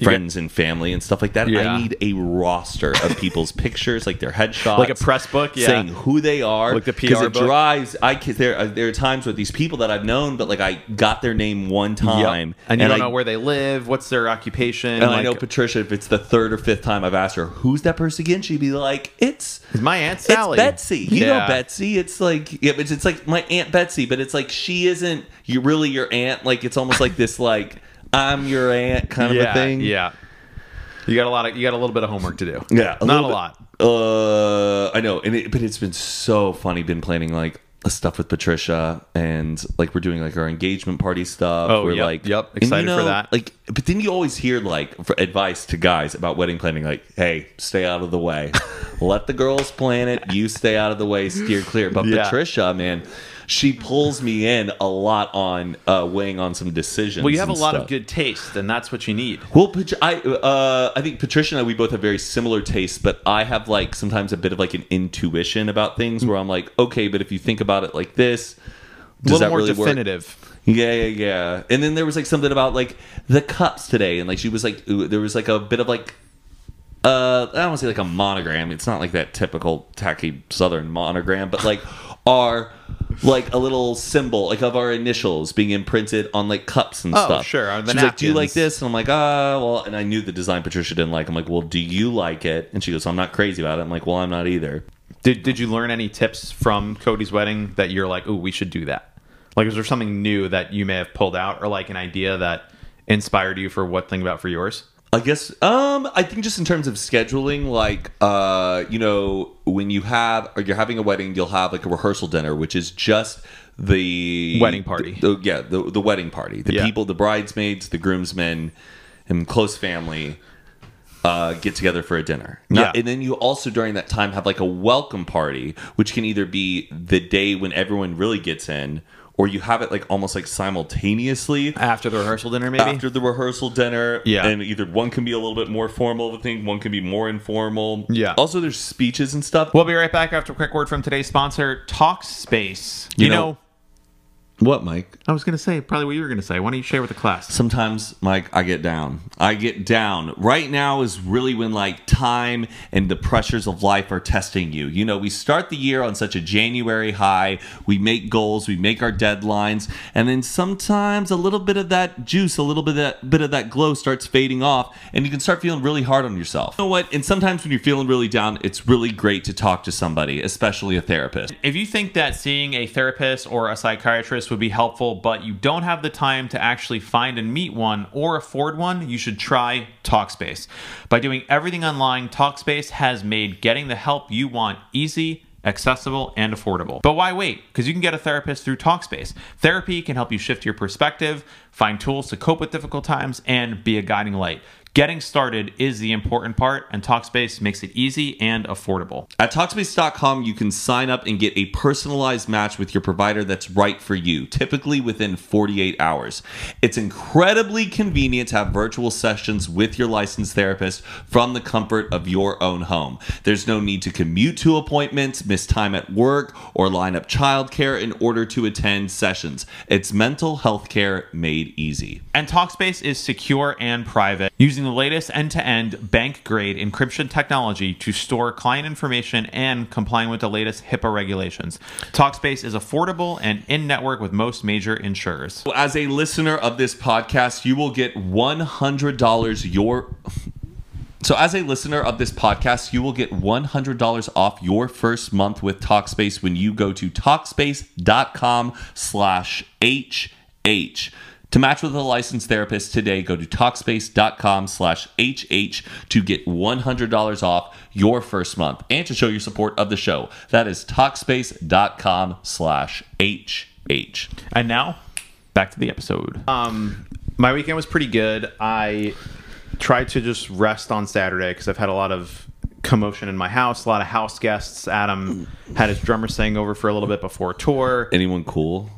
S1: friends and family and stuff like that.
S2: Yeah.
S1: I need a roster of people's pictures, like their headshots,
S2: Like a press book, yeah.
S1: saying who they are.
S2: Like the
S1: 'Cause
S2: PR
S1: it
S2: book.
S1: drives. I ca- there are, there are times with these people that I've known, but like I got their name one time,
S2: And you don't
S1: I,
S2: know where they live, what's their occupation.
S1: And I
S2: like-
S1: know Patricia. If it's the third or fifth time I've asked her, "Who's that person again?" She'd be like, "It's
S2: It's my Aunt Sally.
S1: it's Betsy. You know
S2: Yeah.
S1: Betsy. It's like yeah, it's, it's like my aunt Betsy, but it's like she isn't you really your aunt. Like it's almost like this like I'm your aunt kind of
S2: yeah,
S1: a thing.
S2: Yeah. You got a lot of you got a little bit of homework to do.
S1: yeah.
S2: not a
S1: little
S2: lot.
S1: bit. Uh, I know, and it, but it's been so funny. Been planning like stuff with Patricia and like we're doing like our engagement party stuff.
S2: Oh,
S1: we're
S2: yep,
S1: like
S2: yep.
S1: and you
S2: Excited for
S1: know,
S2: that.
S1: Like, but then you always hear like for advice to guys about wedding planning, like, hey, stay out of the way, let the girls plan it, you stay out of the way, steer clear. But
S2: Yeah.
S1: Patricia, man, she pulls me in a lot on uh, weighing on some decisions.
S2: Well, you have a
S1: and
S2: lot
S1: stuff.
S2: of good taste, and that's what you need.
S1: Well, Pat- I uh, I think Patricia and I we both have very similar tastes, but I have like sometimes a bit of like an intuition about things where I'm like, okay, but if you think about it like this,
S2: A
S1: does
S2: little
S1: that
S2: more
S1: really work?
S2: definitive.
S1: Yeah, yeah, yeah. And then there was like something about like the cups today, and like she was like, ooh, there was like a bit of like. Uh, I don't want to say like a monogram. It's not like that typical tacky Southern monogram, but like our like a little symbol, like of our initials being imprinted on like cups and
S2: Oh,
S1: stuff.
S2: sure, on the
S1: She was like, "Do you like
S2: napkins."
S1: this?" And I'm like, "Ah, well." And I knew the design Patricia didn't like. I'm like, "Well, do you like it?" And she goes, "I'm not crazy about it." I'm like, "Well, I'm not either."
S2: Did Did you learn any tips from Cody's wedding that you're like, oh, we should do that? Like, is there something new that you may have pulled out, or like an idea that inspired you for what thing about for yours?
S1: I guess um I think just in terms of scheduling like uh you know when you have or you're having a wedding you'll have like a rehearsal dinner which is just the
S2: Wedding party.
S1: the- the- yeah the the wedding party the
S2: Yeah.
S1: people the bridesmaids the groomsmen and close family uh, get together for a dinner. Not-
S2: Yeah.
S1: And then you also during that time have like a welcome party, which can either be the day when everyone really gets in, or you have it like almost like simultaneously
S2: After the rehearsal dinner, maybe.
S1: after the rehearsal dinner.
S2: Yeah.
S1: And either one can be a little bit more formal of a thing, one can be more informal.
S2: Yeah.
S1: Also, there's speeches and stuff.
S2: We'll be right back after a quick word from today's sponsor, Talkspace. You,
S1: You
S2: know,
S1: know- What, Mike?
S2: I was going to say probably what you were going to say. Why don't you share with the class?
S1: Sometimes, Mike, I get down. I get down. Right now is really when, like, time and the pressures of life are testing you. You know, we start the year on such a January high. We make goals, we make our deadlines, and then sometimes a little bit of that juice, a little bit of that, bit of that glow starts fading off, and you can start feeling really hard on yourself. You know what? And sometimes when you're feeling really down, it's really great to talk to somebody, especially a therapist.
S2: If you think that seeing a therapist or a psychiatrist would be helpful, but you don't have the time to actually find and meet one or afford one, you should try Talkspace. By doing everything online, Talkspace has made getting the help you want easy. Accessible and affordable. But why wait? Because you can get a therapist through Talkspace. Therapy can help you shift your perspective, find tools to cope with difficult times, and be a guiding light. Getting started is the important part, and Talkspace makes it easy and affordable.
S1: At Talkspace.com, you can sign up and get a personalized match with your provider that's right for you, typically within 48 hours. It's incredibly convenient to have virtual sessions with your licensed therapist from the comfort of your own home. There's no need to commute to appointments, miss time at work, or line up childcare in order to attend sessions. It's mental health care made easy.
S2: And Talkspace is secure and private, using the latest end to end bank grade encryption technology to store client information and complying with the latest HIPAA regulations. Talkspace is affordable and in network with most major insurers.
S1: So As a listener of this podcast, you will get $100 your. So, as a listener of this podcast, you will get $100 off your first month with Talkspace when you go to Talkspace.com slash HH. To match with a licensed therapist today, go to Talkspace.com slash HH to get $100 off your first month and to show your support of the show. That is Talkspace.com slash HH.
S2: And now, back to the episode. Um, my weekend was pretty good. I tried to just rest on Saturday because I've had a lot of commotion in my house, a lot of house guests. Adam had his drummer staying over for a little bit before tour.
S1: Anyone cool?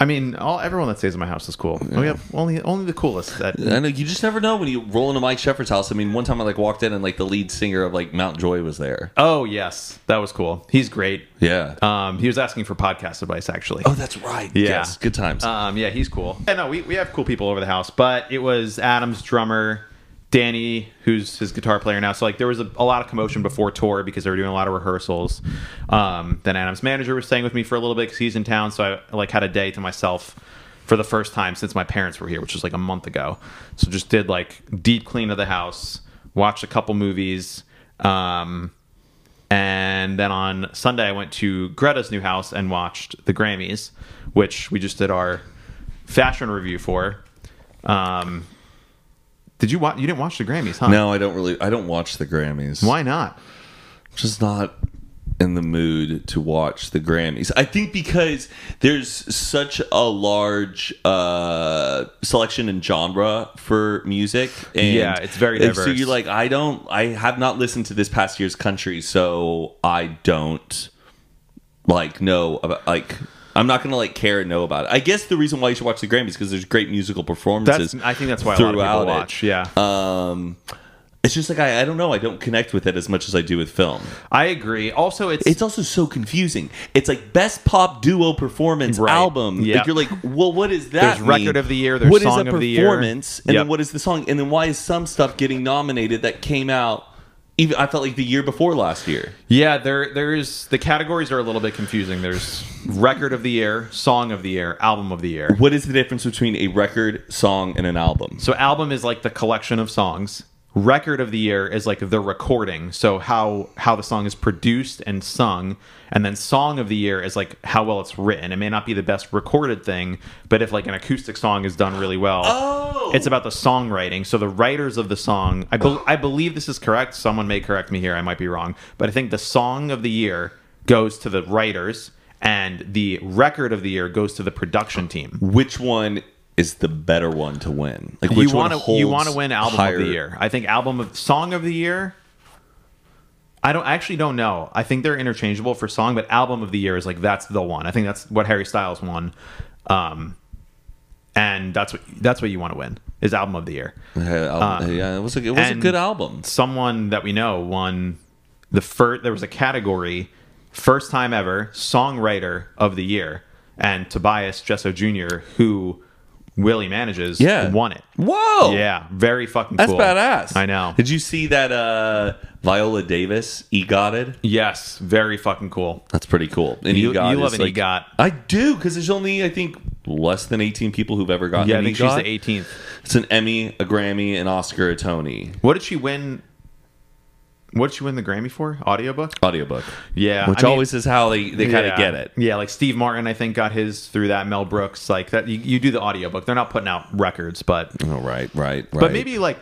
S2: I mean, all everyone that stays in my house is cool. We have only only the coolest that
S1: I know you just never know when you roll into Mike Shepard's house. I mean, one time I like walked in and like the lead singer of like Mount Joy was there.
S2: Oh yes, that was cool. He's great.
S1: Yeah.
S2: Um, he was asking for podcast advice actually.
S1: oh, that's right. Yes. Good times.
S2: Um, yeah, he's cool. Yeah, no, we, we have cool people over the house, but it was Adam's drummer, Danny, who's his guitar player now. So like there was a, a lot of commotion before tour because they were doing a lot of rehearsals. Um, then Adam's manager was staying with me for a little bit because he's in town, so I like had a day to myself for the first time since my parents were here, which was like a month ago. So just did like deep clean of the house, watched a couple movies. Um, and then on Sunday, I went to Greta's new house and watched the Grammys, which we just did our fashion review for. Um, did you watch? You didn't watch the Grammys, huh?
S1: no, I don't really. I don't watch the Grammys.
S2: Why not?
S1: Just not. in the mood to watch the Grammys. I think because there's such a large uh, selection and genre for music. And
S2: Yeah, it's very
S1: and So
S2: diverse.
S1: you're like, I don't, I have not listened to this past year's country, so I don't like know about like. I'm not gonna like care and know about it. I guess the reason why you should watch the Grammys because there's great musical performances.
S2: That's I think that's why a lot of
S1: throughout
S2: people
S1: it.
S2: watch. Yeah,
S1: Um, it's just like I, I don't know. I don't connect with it as much as I do with film.
S2: I agree. Also, it's
S1: It's also so confusing. It's like best pop duo performance
S2: Right.
S1: album.
S2: Yeah.
S1: Like you're like, well, what is that?
S2: There's record
S1: mean?
S2: of the year, there's
S1: What is
S2: song
S1: a
S2: of the year.
S1: performance, and
S2: Yep.
S1: then what is the song, and then why is some stuff getting nominated that came out? Even I felt like the year before last year.
S2: Yeah, there there's the categories are a little bit confusing. There's record of the year, song of the year, album of the year.
S1: What is the difference between a record, song, and an album?
S2: So album is like the collection of songs. Record of the year is like the recording, so how how the song is produced and sung, and then song of the year is like how well it's written. It may not be the best recorded thing, but if like an acoustic song is done really well,
S1: Oh!
S2: it's about the songwriting. So the writers of the song, I, bel I believe this is correct. Someone may correct me here. I might be wrong, but I think the song of the year goes to the writers, and the record of the year goes to the production team.
S1: Which one is the better one to win? Like which
S2: you want to
S1: one
S2: you
S1: want
S2: want to win album of the year. I think album of song of the year. I don't I actually don't know. I think they're interchangeable for song, but album of the year is like that's the one. I think that's what Harry Styles won, um, and that's what that's what you want to win is album of the year.
S1: yeah, it was a, it was a
S2: Um, and-
S1: good album.
S2: someone that we know won the first there was a category first time ever songwriter of the year and tobias jesso jr who willie manages
S1: Yeah.
S2: won it
S1: Whoa.
S2: yeah very fucking
S1: That's
S2: cool
S1: badass.
S2: i know
S1: Did you see that uh Viola Davis egotted?
S2: yes very fucking cool
S1: That's pretty cool. And
S2: You-
S1: EGOT
S2: you love
S1: is
S2: an
S1: like,
S2: EGOT.
S1: I do because there's only I think less than 18 people who've ever gotten.
S2: yeah i
S1: an
S2: think she's
S1: EGOT.
S2: the 18th
S1: It's an Emmy, a Grammy, an Oscar, a Tony.
S2: what did she win what did she win the grammy for audiobook
S1: Audiobook,
S2: yeah
S1: which
S2: I mean-
S1: always is how they, they kind
S2: yeah.
S1: of get it.
S2: Yeah, like Steve Martin, I think, got his through that. Mel Brooks, like that. You, you do the audiobook. They're not putting out records, but
S1: Oh, right, right, right.
S2: But maybe like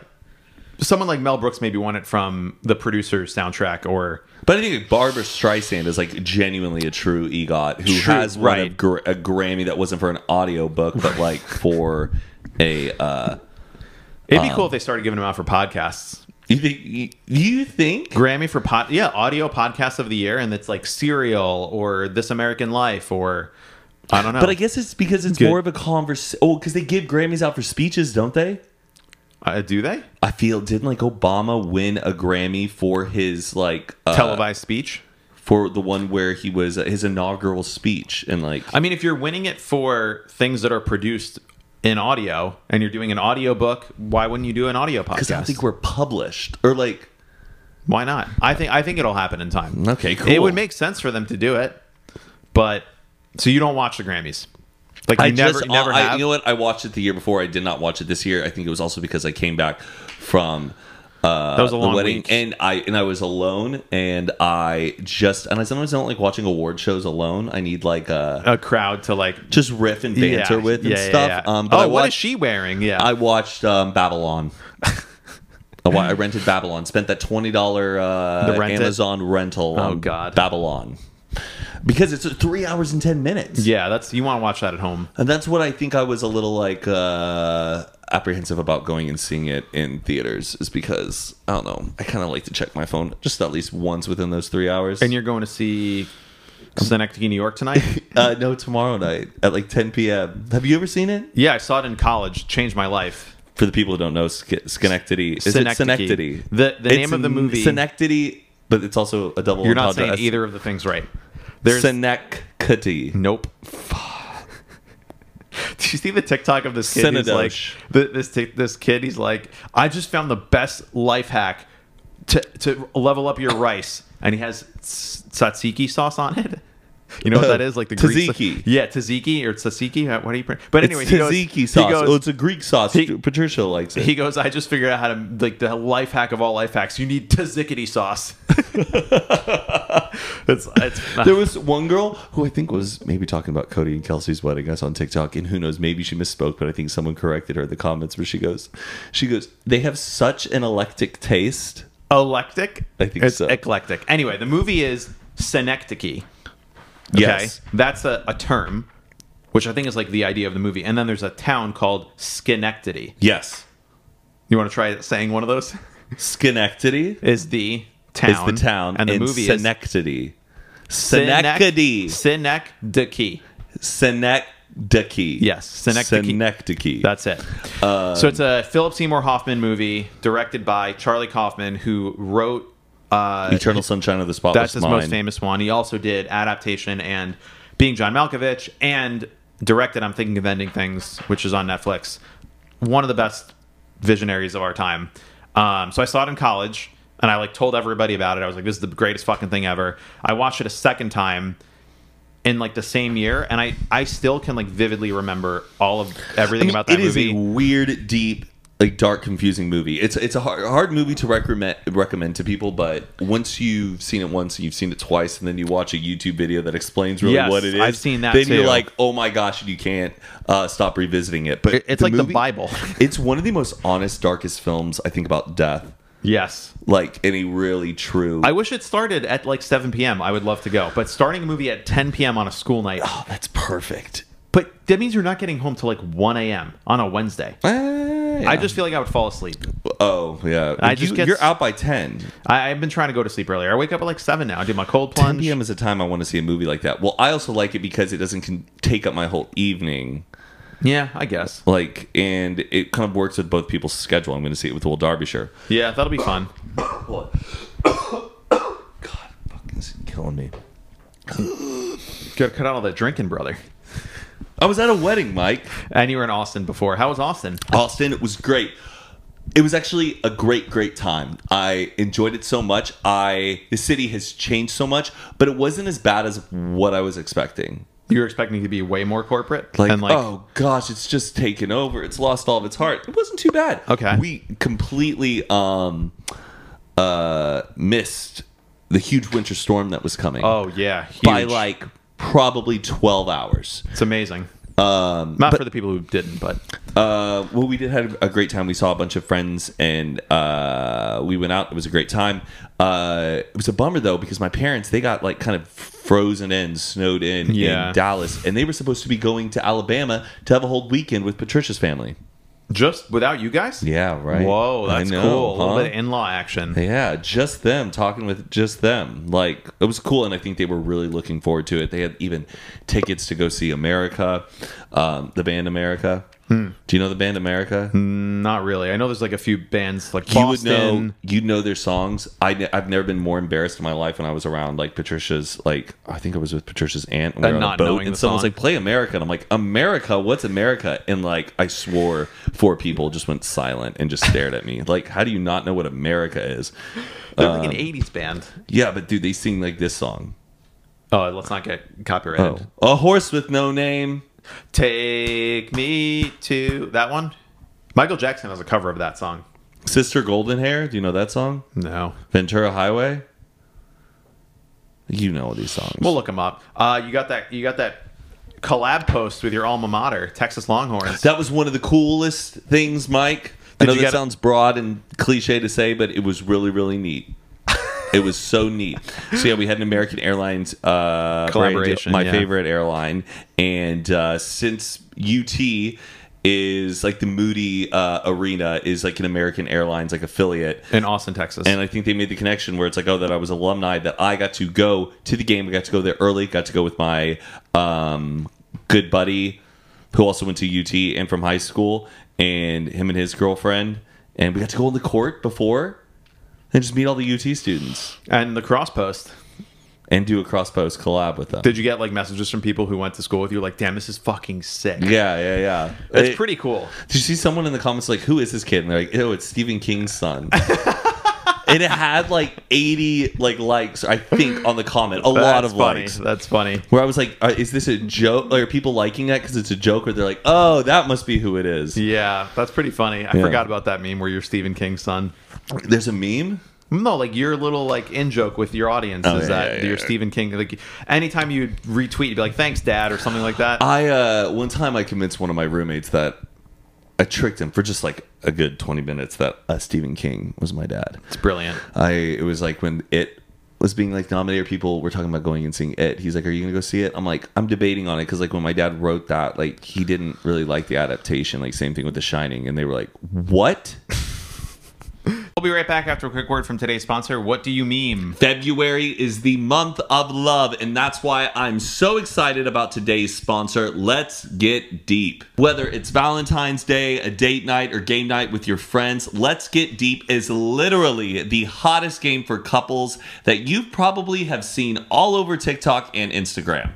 S2: someone like Mel Brooks maybe won it from the producer's soundtrack or
S1: But I think Barbara Streisand is like genuinely a true EGOT who
S2: True,
S1: has won a,
S2: right.
S1: gr- a Grammy that wasn't for an audiobook, but like for a. uh
S2: it'd
S1: Um,
S2: be cool if they started giving them out for podcasts.
S1: You think? You, you think?
S2: Grammy for pod yeah, audio podcast of the year and it's like Serial or This American Life or I don't know.
S1: But I guess it's because it's
S2: Oh. Good.
S1: more of a conversation. Oh, because they give Grammys out for speeches, don't they?
S2: uh, do they?
S1: I feel didn't like Obama win a Grammy for his like uh,
S2: Televised speech?
S1: for the one where he was uh, his inaugural speech and like
S2: I mean if you're winning it for things that are produced in audio and you're doing an audio book, why wouldn't you do an audio
S1: because I don't
S2: podcast?
S1: think we're published or like
S2: why not? I think I think it'll happen in time.
S1: Okay,
S2: It
S1: cool.
S2: would make sense for them to do it, but so you don't watch the Grammys. Like you
S1: I
S2: never,
S1: just
S2: you never
S1: I,
S2: have.
S1: you know what I watched it the year before I did not watch it this year I think it was also because I came back from
S2: that was a long
S1: the wedding
S2: week.
S1: and I and I was alone and I just and I sometimes don't like watching award shows alone I need like uh
S2: a crowd to like
S1: just riff and banter
S2: yeah,
S1: with and
S2: yeah, yeah,
S1: stuff
S2: yeah.
S1: um but
S2: oh, what
S1: I
S2: is
S1: watched
S2: she wearing? Yeah,
S1: I watched um, Babylon. I wa- I rented Babylon. Spent that twenty dollar uh,
S2: The rent it?
S1: Amazon rental.
S2: Oh,
S1: on
S2: God.
S1: Babylon, because it's uh, three hours and ten minutes.
S2: yeah. That's you want to watch that at home.
S1: and that's what I think I was a little like uh, apprehensive about going and seeing it in theaters is because I don't know. I kind of like to check my phone just at least once within those three hours.
S2: And you're going to see Synecdoche, New York tonight.
S1: uh, no tomorrow night at like ten p.m. Have you ever seen it?
S2: yeah, I saw it in college. Changed my life.
S1: For the people who don't know, Ske- Schenectady is it
S2: Synecdoche.
S1: Schenectady?
S2: The- the
S1: It's
S2: name of the
S1: in
S2: movie-
S1: Schenectady, but it's also a double.
S2: You're not
S1: entendre.
S2: saying
S1: That's
S2: either of the things right. There's
S1: Schenectady.
S2: Nope. Did you see the TikTok of this kid? He's like,
S1: Cinedoche.
S2: th- this ti- this kid. He's like, I just found the best life hack to to level up your rice, and he has s- tzatziki sauce on it. You know what that is? Like the Greek-
S1: Uh, Tzatziki.
S2: yeah, tzatziki or tzatziki. How- What do you? Print? But anyway,
S1: it's
S2: he goes-
S1: tzatziki sauce.
S2: He goes,
S1: oh, it's a Greek sauce.
S2: he-
S1: Patricia likes it.
S2: he goes, I just figured out how to like the life hack of all life hacks. You need tzatziki sauce. it's it's
S1: there was one girl who I think was maybe talking about Cody and Kelsey's wedding. I saw on TikTok, and who knows, maybe she misspoke, but I think someone corrected her in the comments where she goes, she goes, they have such an eclectic taste.
S2: Electic?
S1: I think
S2: it's
S1: so.
S2: eclectic. Anyway, the movie is synecdoche.
S1: Yes.
S2: That's a, a term, which I think is like the idea of the movie. And then there's a town called Schenectady.
S1: Yes.
S2: You want to try saying one of those?
S1: Schenectady
S2: Is the town.
S1: is the town,
S2: And the movie is
S1: Schenectady.
S2: Synec-
S1: Schenectady.
S2: Synecdoche.
S1: Synecdoche.
S2: Yes, Synecdoche.
S1: Synecdoche.
S2: That's it. so it's a Philip Seymour Hoffman movie directed by Charlie Kaufman, who wrote. Uh,
S1: Eternal Sunshine of the Spotless
S2: that's his
S1: Mind.
S2: most famous one. He also did adaptation and Being John Malkovich and directed I'm Thinking of Ending Things, which is on Netflix. One of the best visionaries of our time. Um, so I saw it in college and I like told everybody about it. I was like, this is the greatest fucking thing ever. I watched it a second time in like the same year and I, I still can like vividly remember all of everything about that
S1: It is
S2: movie.
S1: a weird, deep, like dark, confusing movie. It's it's a hard, hard movie to recommend recommend to people, but once you've seen it once and you've seen it twice, and then you watch a YouTube video that explains really
S2: Yes,
S1: what it is,
S2: I've seen that
S1: Then
S2: too.
S1: you're like, oh my gosh, and you can't uh, stop revisiting it. But
S2: It- it's like the
S1: movie-
S2: Bible.
S1: it's one of the most honest, darkest films I think about death,
S2: yes.
S1: like any really true.
S2: I wish it started at like 7 p.m. I would love to go, but starting a movie at 10 p.m. on a school night
S1: oh, that's perfect.
S2: But that means you're not getting home till like 1 a.m. on a Wednesday. I just feel like I would fall asleep.
S1: Ah, oh yeah.
S2: I just
S1: you,
S2: get-
S1: you're out by ten.
S2: I, I've been trying to go to sleep earlier. I wake up at like 7 now. I do my cold
S1: 10
S2: plunge.
S1: p.m. is a time I want to see a movie like that. Well, I also like it because it doesn't con- take up my whole evening.
S2: Yeah, I guess.
S1: Like, and it kind of works with both people's schedule. I'm going to see it with Will Derbyshire.
S2: Yeah, that'll be fun.
S1: God, fucking this is killing me.
S2: Gotta cut out all that drinking, brother.
S1: I was at a wedding, Mike.
S2: And you were in Austin before. How was Austin?
S1: Austin, it was great. It was actually a great, great time. I enjoyed it so much. I the city has changed so much, but it wasn't as bad as what I was expecting.
S2: You were expecting to be way more corporate.
S1: Like,
S2: and like
S1: oh gosh, it's just taken over. It's lost all of its heart. It wasn't too bad.
S2: Okay.
S1: we completely um, uh, missed the huge winter storm that was coming
S2: oh, yeah. Huge.
S1: by like probably twelve hours.
S2: It's amazing. Um, Not for the people who didn't, but
S1: Uh, well, we did have a great time. We saw a bunch of friends and uh, we went out. It was a great time. Uh, it was a bummer though because my parents they got like kind of frozen in, snowed in
S2: Yeah.
S1: in Dallas, and they were supposed to be going to Alabama to have a whole weekend with Patricia's family.
S2: just without you guys?
S1: Yeah, right.
S2: Whoa,
S1: I
S2: that's
S1: know,
S2: cool. A
S1: huh?
S2: little bit of in law action.
S1: yeah, just them talking with just them. Like it was cool, and I think they were really looking forward to it. They had even tickets to go see America, um, the band America. Do you know the band America?
S2: Not really. I know there's like a few bands like
S1: You
S2: Boston.
S1: would know. You know their songs. I ne- I've never been more embarrassed in my life when I was around like Patricia's. Like I think I was with Patricia's aunt and we
S2: And
S1: were on
S2: Uh, not
S1: a boat,
S2: knowing
S1: and
S2: the
S1: someone's
S2: song.
S1: like, "Play America," and I'm like, "America? What's America?" And like I swore, four people just went silent and just stared at me. Like, how do you not know what America is?
S2: They're
S1: uh,
S2: like an 80s band.
S1: Yeah, but dude, they sing like this song.
S2: Oh, let's not get copyrighted.
S1: Oh. A horse with no name.
S2: Take me to that one. Michael Jackson has a cover of that song.
S1: Sister Golden Hair. Do you know that song?
S2: No,
S1: Ventura Highway. You know these songs.
S2: we'll look him up. Uh, you got that? You got that collab post with your alma mater, Texas Longhorns.
S1: That was one of the coolest things, Mike. I
S2: Did
S1: know
S2: you
S1: that
S2: get-
S1: sounds broad and cliche to say, but it was really, really neat. it was so neat. So yeah, we had an American Airlines uh,
S2: Collaboration,
S1: brand, my
S2: yeah.
S1: favorite airline, and uh, since UT is like the Moody uh, Arena is like an American Airlines like affiliate.
S2: in Austin, Texas.
S1: And I think they made the connection where it's like, oh, that I was alumni, that I got to go to the game. I got to go there early. Got to go with my um, good buddy, who also went to UT and from high school, and him and his girlfriend. And we got to go on the court before and just meet all the UT students
S2: and the cross post.
S1: and do a cross post collab with them.
S2: Did you get like messages from people who went to school with you? Like, damn, this is fucking sick.
S1: yeah, yeah, yeah.
S2: It's
S1: It-
S2: pretty cool.
S1: Did you see someone in the comments like, "Who is this kid?" And they're like, "Oh, it's Stephen King's son." and it had like eighty like likes, I think, on the comment. A lot
S2: That's
S1: of
S2: funny.
S1: likes.
S2: That's funny.
S1: Where I was like, uh, "Is this a joke? Are people liking that because it's a joke?" Or they're like, "Oh, that must be who it is."
S2: Yeah, that's pretty funny. I forgot about that meme where you're Stephen King's son.
S1: There's a meme.
S2: No, like your little like in joke with your audience
S1: Oh,
S2: is
S1: yeah,
S2: that
S1: yeah,
S2: your
S1: yeah.
S2: Stephen King. Like anytime you retweet, you'd be like, "Thanks, Dad," or something like that.
S1: I uh, one time I convinced one of my roommates that I tricked him for just like a good twenty minutes that uh, Stephen King was my dad.
S2: it's brilliant.
S1: I it was like when it was being like nominated. People were talking about going and seeing it. He's like, "Are you gonna go see it?" I'm like, "I'm debating on it because like when my dad wrote that, like he didn't really like the adaptation. Like same thing with The Shining, and they were like, "What?"
S2: We'll be right back after a quick word from today's sponsor. What do you meme?
S1: February is the month of love, and that's why I'm so excited about today's sponsor. Let's get deep. Whether it's Valentine's Day, a date night, or game night with your friends, Let's Get Deep is literally the hottest game for couples that you probably have seen all over TikTok and Instagram.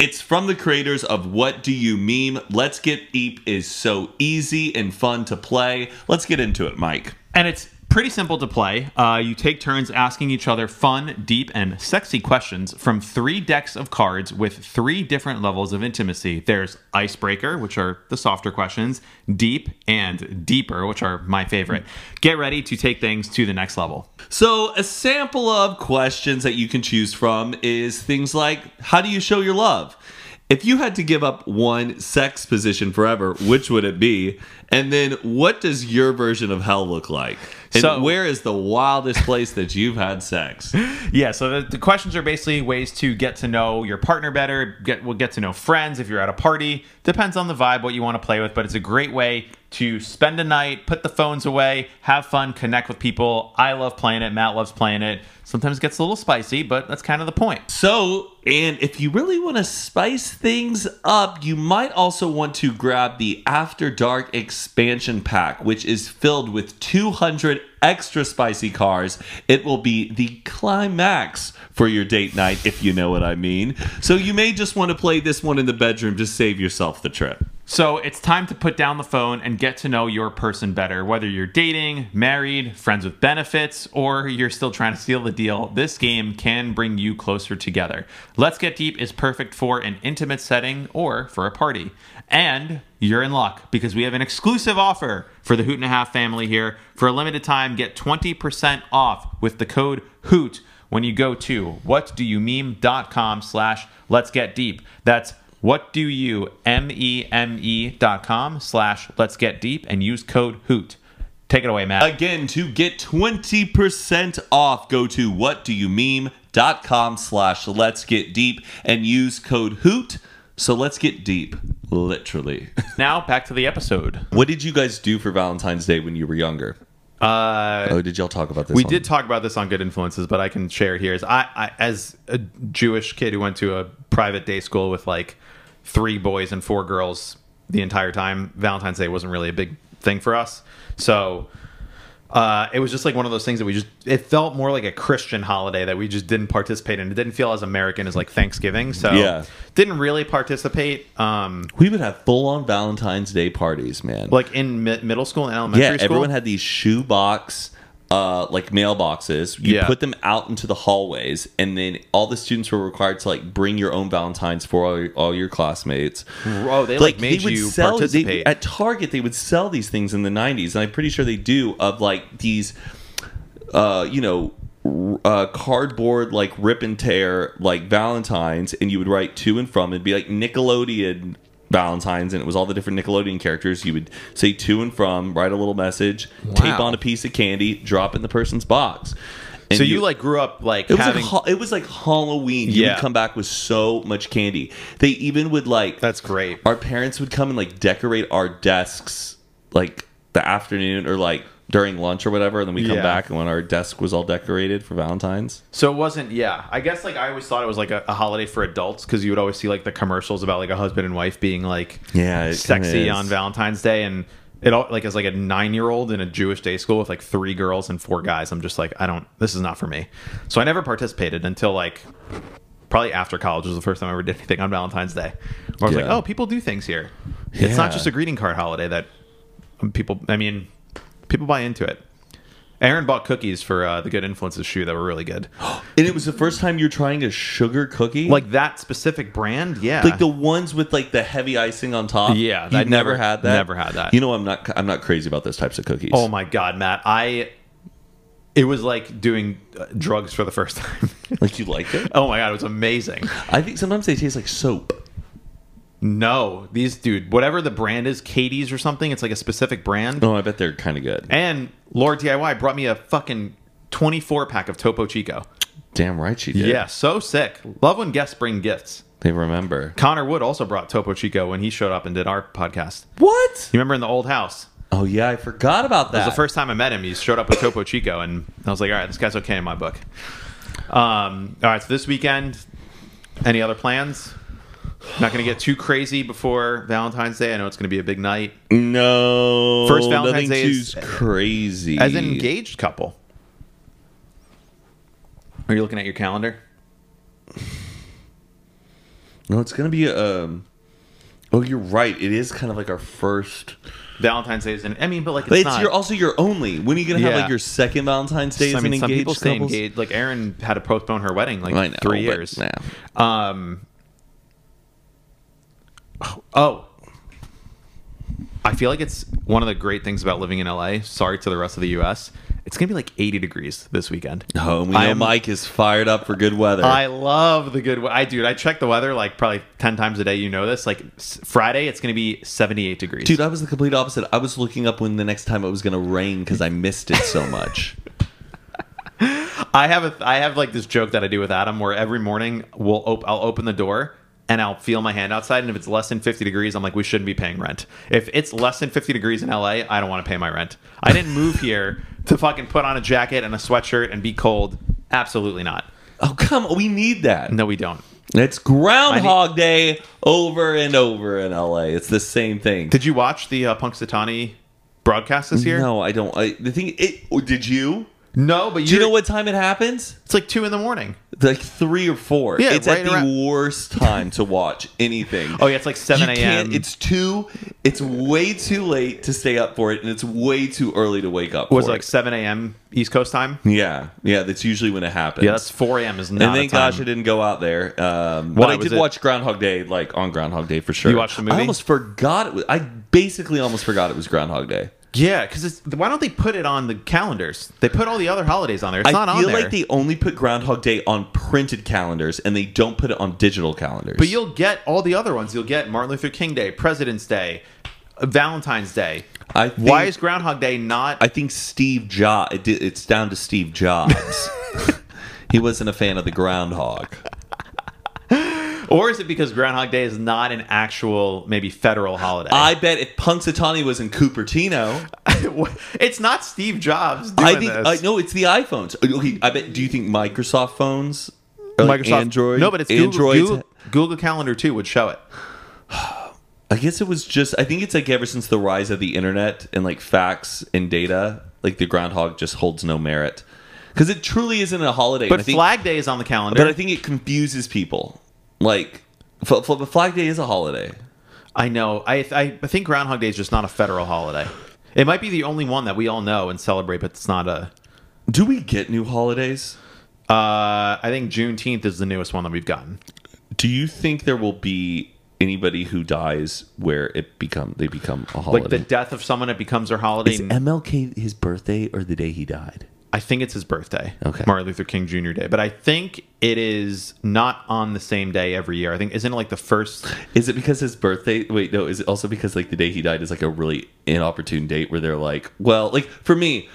S1: It's from the creators of What Do You Meme? Let's Get Deep is so easy and fun to play. Let's get into it, Mike.
S2: And it's pretty simple to play. Uh, you take turns asking each other fun, deep, and sexy questions from three decks of cards with three different levels of intimacy. There's Icebreaker, which are the softer questions, Deep, and Deeper, which are my favorite. Get ready to take things to the next level.
S1: So, a sample of questions that you can choose from is things like How do you show your love? If you had to give up one sex position forever, which would it be? And then, what does your version of hell look like? And
S2: So-
S1: where is the wildest place that you've had sex?
S2: Yeah, so the, the questions are basically ways to get to know your partner better, get will get to know friends if you're at a party. Depends on the vibe what you want to play with, but it's a great way to spend a night, put the phones away, have fun, connect with people. I love playing it, Matt loves playing it. Sometimes it gets a little spicy, but that's kind of the point.
S1: So, and if you really want to spice things up, you might also want to grab the After Dark expansion pack, which is filled with 200 extra spicy cars. It will be the climax for your date night, if you know what I mean. So, you may just want to play this one in the bedroom to save yourself the trip.
S2: So it's time to put down the phone and get to know your person better. Whether you're dating, married, friends with benefits, or you're still trying to seal the deal, this game can bring you closer together. Let's Get Deep is perfect for an intimate setting or for a party. And you're in luck because we have an exclusive offer for the Hoot and a Half family here. For a limited time, get 20% off with the code HOOT when you go to whatdoyoumeme.com slash let's get deep. That's what do you m e m e dot com slash let's get deep and use code hoot. Take it away, Matt.
S1: Again, to get 20% off, go to whatdoyoumeme.com slash let's get deep and use code HOOT. So let's get deep, literally.
S2: now back to the episode.
S1: What did you guys do for Valentine's Day when you were younger? Uh, oh, did y'all talk about this?
S2: We
S1: on-
S2: did talk about this on Good Influences, but I can share it here. Is I, I as a Jewish kid who went to a private day school with like three boys and four girls the entire time, Valentine's Day wasn't really a big thing for us. So uh, it was just like one of those things that we just it felt more like a Christian holiday that we just didn't participate in. It didn't feel as American as like Thanksgiving. So
S1: Yeah.
S2: didn't really participate. Um,
S1: We would have full on Valentine's Day parties, man.
S2: like in mi- middle school and elementary
S1: yeah,
S2: school.
S1: everyone had these shoebox, uh, like mailboxes. You
S2: Yeah.
S1: put them out into the hallways, and then all the students were required to like bring your own Valentines for all, your- all your classmates.
S2: Oh, they like, made you
S1: they-
S2: participate.
S1: at Target. They would sell these things in the '90s, and I'm pretty sure they do of like these, uh, you know, r- uh, cardboard like rip and tear like Valentines, and you would write to and from. It'd be like Nickelodeon Valentines, and it was all the different Nickelodeon characters. You would say to and from, write a little message, tape
S2: Wow.
S1: on a piece of candy, drop it in the person's box. And
S2: so you, like grew up like
S1: it was,
S2: having
S1: like, ha- it was like Halloween. You
S2: Yeah.
S1: would come back with so much candy. They even would like
S2: That's great.
S1: Our parents would come and like decorate our desks like the afternoon or like during lunch or whatever, and then we come
S2: Yeah.
S1: back and when our desk was all decorated for Valentine's.
S2: So it wasn't, yeah. I guess like I always thought it was like a, a holiday for adults because you would always see like the commercials about like a husband and wife being like
S1: Yeah, it kinda
S2: sexy
S1: is.
S2: on Valentine's Day, and it all like as like a nine year old in a Jewish day school with like three girls and four guys. I'm just like, I don't. This is not for me. So I never participated until like probably after college was the first time I ever did anything on Valentine's Day. Where I was like,
S1: Yeah.
S2: oh, people do things here. It's not
S1: Yeah.
S2: just a greeting card holiday that um, people. I mean, people buy into it. Aaron bought cookies for uh, the Good Influences shoe that were really good.
S1: And it was the first time you're trying a sugar cookie.
S2: like that specific brand yeah
S1: like the ones with like the heavy icing on top.
S2: Yeah,
S1: you
S2: I
S1: never,
S2: never-
S1: had that.
S2: never had that.
S1: You know, I'm not. I'm not crazy about those types of cookies.
S2: oh my god matt i it was like doing uh, drugs for the first time
S1: Like you like it?
S2: oh my god it was amazing
S1: I think sometimes they taste like soap.
S2: no these dude whatever the brand is katie's or something it's like a specific brand
S1: Oh, I bet they're kind of good.
S2: and lord diy brought me a fucking 24 pack of topo chico
S1: Damn right she did.
S2: yeah, so sick. Love when guests bring gifts.
S1: They remember.
S2: Connor Wood also brought Topo Chico when he showed up and did our podcast.
S1: What?
S2: You remember in the old house?
S1: Oh, yeah, I forgot about
S2: It
S1: that.
S2: was the first time I met him. He showed up with Topo Chico, and I was like, all right, this guy's okay in my book. Um, all right, so this weekend, any other plans? Not going to get too crazy before Valentine's Day. I know it's going to be a big night.
S1: No.
S2: First Valentine's
S1: nothing
S2: Day
S1: too
S2: is-
S1: crazy.
S2: As an engaged couple, are you looking at your calendar?
S1: No, it's gonna be um. Oh, you're right. It is kind of like our first.
S2: Valentine's Day is, an, I mean, but like it's,
S1: It's,
S2: not.
S1: your also your only. When are you gonna have
S2: Yeah.
S1: like your second Valentine's Day? as
S2: I mean,
S1: an
S2: some
S1: engaged
S2: people stay
S1: couples?
S2: engaged. Like Erin had to postpone her wedding like
S1: I know,
S2: three
S1: but
S2: years.
S1: nah.
S2: Um. Oh. I feel like it's one of the great things about living in LA. Sorry to the rest of the US. It's going to be like 80 degrees this weekend.
S1: Oh, and we know
S2: I am-
S1: Mike is fired up for good weather.
S2: I love the good weather. I dude, I check the weather like probably 10 times a day, you know this. Like s- Friday it's going to be 78 degrees.
S1: Dude, I was the complete opposite. I was looking up when the next time it was gonna rain because I missed it so much.
S2: I have a I have like this joke that I do with Adam where every morning we'll op- I'll open the door and I'll feel my hand outside and if it's less than 50 degrees I'm like we shouldn't be paying rent. If it's less than 50 degrees in LA, I don't want to pay my rent. I didn't move here to fucking put on a jacket and a sweatshirt and be cold. Absolutely not.
S1: oh come, on, we need that.
S2: No we don't.
S1: It's Groundhog Day over and over in LA. It's the same thing.
S2: Did you watch the uh, Punxsutawney broadcast this year?
S1: No, I don't. I, the thing, it or did you?
S2: No, but
S1: Do
S2: you
S1: you know what time it happens?
S2: It's like 2 in the morning.
S1: like three or four.
S2: Yeah,
S1: it's
S2: right
S1: at the
S2: around-
S1: worst time to watch anything.
S2: Oh yeah, it's like 7
S1: You can't-
S2: a.m.
S1: It's too. It's way too late to stay up for it, and it's way too early to wake up.
S2: was
S1: for
S2: like
S1: it.
S2: 7 a.m. East Coast time.
S1: yeah, yeah. That's usually when it happens.
S2: Yeah, that's 4 a.m. is not
S1: and
S2: a
S1: thank
S2: time.
S1: gosh I didn't go out there. Um,
S2: Why
S1: but I
S2: was
S1: did
S2: it-
S1: watch Groundhog Day, like on Groundhog Day for sure.
S2: You watched the movie?
S1: I almost forgot it. Was, I basically almost forgot it was Groundhog Day.
S2: Yeah, because why don't they put it on the calendars? They put all the other holidays on there. It's
S1: I
S2: not on
S1: feel
S2: there.
S1: like they only put Groundhog Day on printed calendars, and they don't put it on digital calendars.
S2: but you'll get all the other ones. You'll get Martin Luther King Day, President's Day, uh, Valentine's Day.
S1: I think-
S2: why is Groundhog Day not?
S1: I think Steve Jobs. It, di- it's down to Steve Jobs. he wasn't a fan of the groundhog.
S2: or is it because Groundhog Day is not an actual maybe federal holiday?
S1: I bet if Punxsutawney was in Cupertino,
S2: it's not Steve Jobs doing
S1: I think
S2: this.
S1: I no, it's the iPhones. Okay, I bet. Do you think Microsoft phones, or like Android,
S2: No, but it's Google,
S1: Android.
S2: Google, Google Calendar too would show it.
S1: I guess it was just. I think it's like ever since the rise of the internet and like facts and data, like the groundhog just holds no merit because it truly isn't a holiday. and
S2: But
S1: I think-
S2: Flag Day is on the calendar.
S1: but I think it confuses people. Like, f- f- Flag Day is a holiday.
S2: I know. I, I I think Groundhog Day is just not a federal holiday. It might be the only one that we all know and celebrate, but it's not a.
S1: Do we get new holidays?
S2: Uh, I think Juneteenth is the newest one that we've gotten.
S1: Do you think there will be anybody who dies where it become they become a holiday?
S2: Like the death of someone, it becomes their holiday.
S1: is MLK his birthday or the day he died?
S2: I think it's his birthday,
S1: Okay.
S2: Martin Luther King Jr. Day. But I think it is not on the same day every year. I think isn't it like the first?
S1: Is it because his birthday? Wait, no. Is it also because like the day he died is like a really inopportune date where they're like, well, like for me,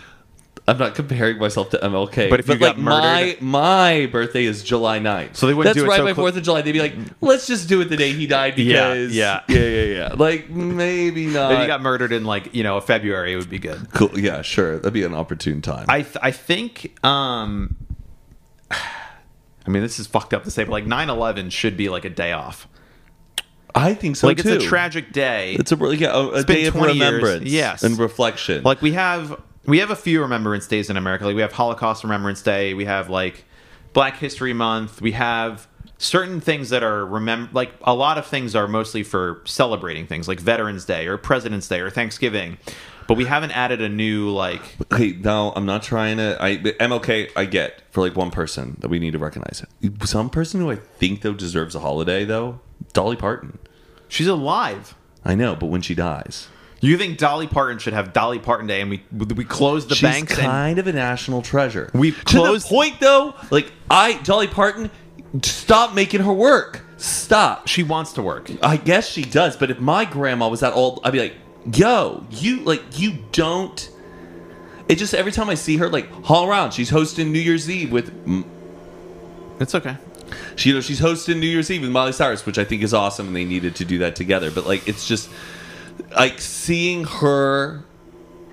S1: I'm not comparing myself to MLK,
S2: But if you got
S1: like my my birthday is July 9th,
S2: So they wouldn't
S1: that's
S2: do it
S1: right
S2: so
S1: by
S2: clo-
S1: Fourth of July. They'd be like, let's just do it the day he died
S2: Yeah,
S1: because
S2: yeah.
S1: yeah, yeah, yeah. Like maybe not.
S2: if you got murdered in like you know February, it would be good.
S1: cool. Yeah, sure. That'd be an opportune time.
S2: I th- I think um I mean this is fucked up to say, but like 9/11 should be like a day off.
S1: I think so
S2: like
S1: too.
S2: it's a tragic day.
S1: It's a really yeah, a, a
S2: been
S1: day of
S2: 20 years.
S1: remembrance,
S2: Yes.
S1: and reflection.
S2: like we have we have a few remembrance days in America. Like we have Holocaust Remembrance Day, we have like Black History Month, we have certain things that are remember like a lot of things are mostly for celebrating things like Veterans Day or President's Day or Thanksgiving. But we haven't added a new like
S1: hey, no, I'm not trying to. I but MLK, I get for like one person that we need to recognize. Some person who I think though deserves a holiday though, Dolly Parton.
S2: she's alive.
S1: I know, but when she dies,
S2: You think Dolly Parton should have Dolly Parton Day and we we close the
S1: she's
S2: banks and
S1: kind of a national treasure.
S2: We closed-
S1: to the point though. Like I, Dolly Parton, stop making her work. Stop.
S2: She wants to work.
S1: I guess she does, but if my grandma was that old, I'd be like, yo, you like you don't it just every time I see her like haul around. She's hosting New Year's Eve with m-
S2: It's okay.
S1: She, you know, she's hosting New Year's Eve with Molly Cyrus, which I think is awesome, and they needed to do that together. But like, it's just like seeing her,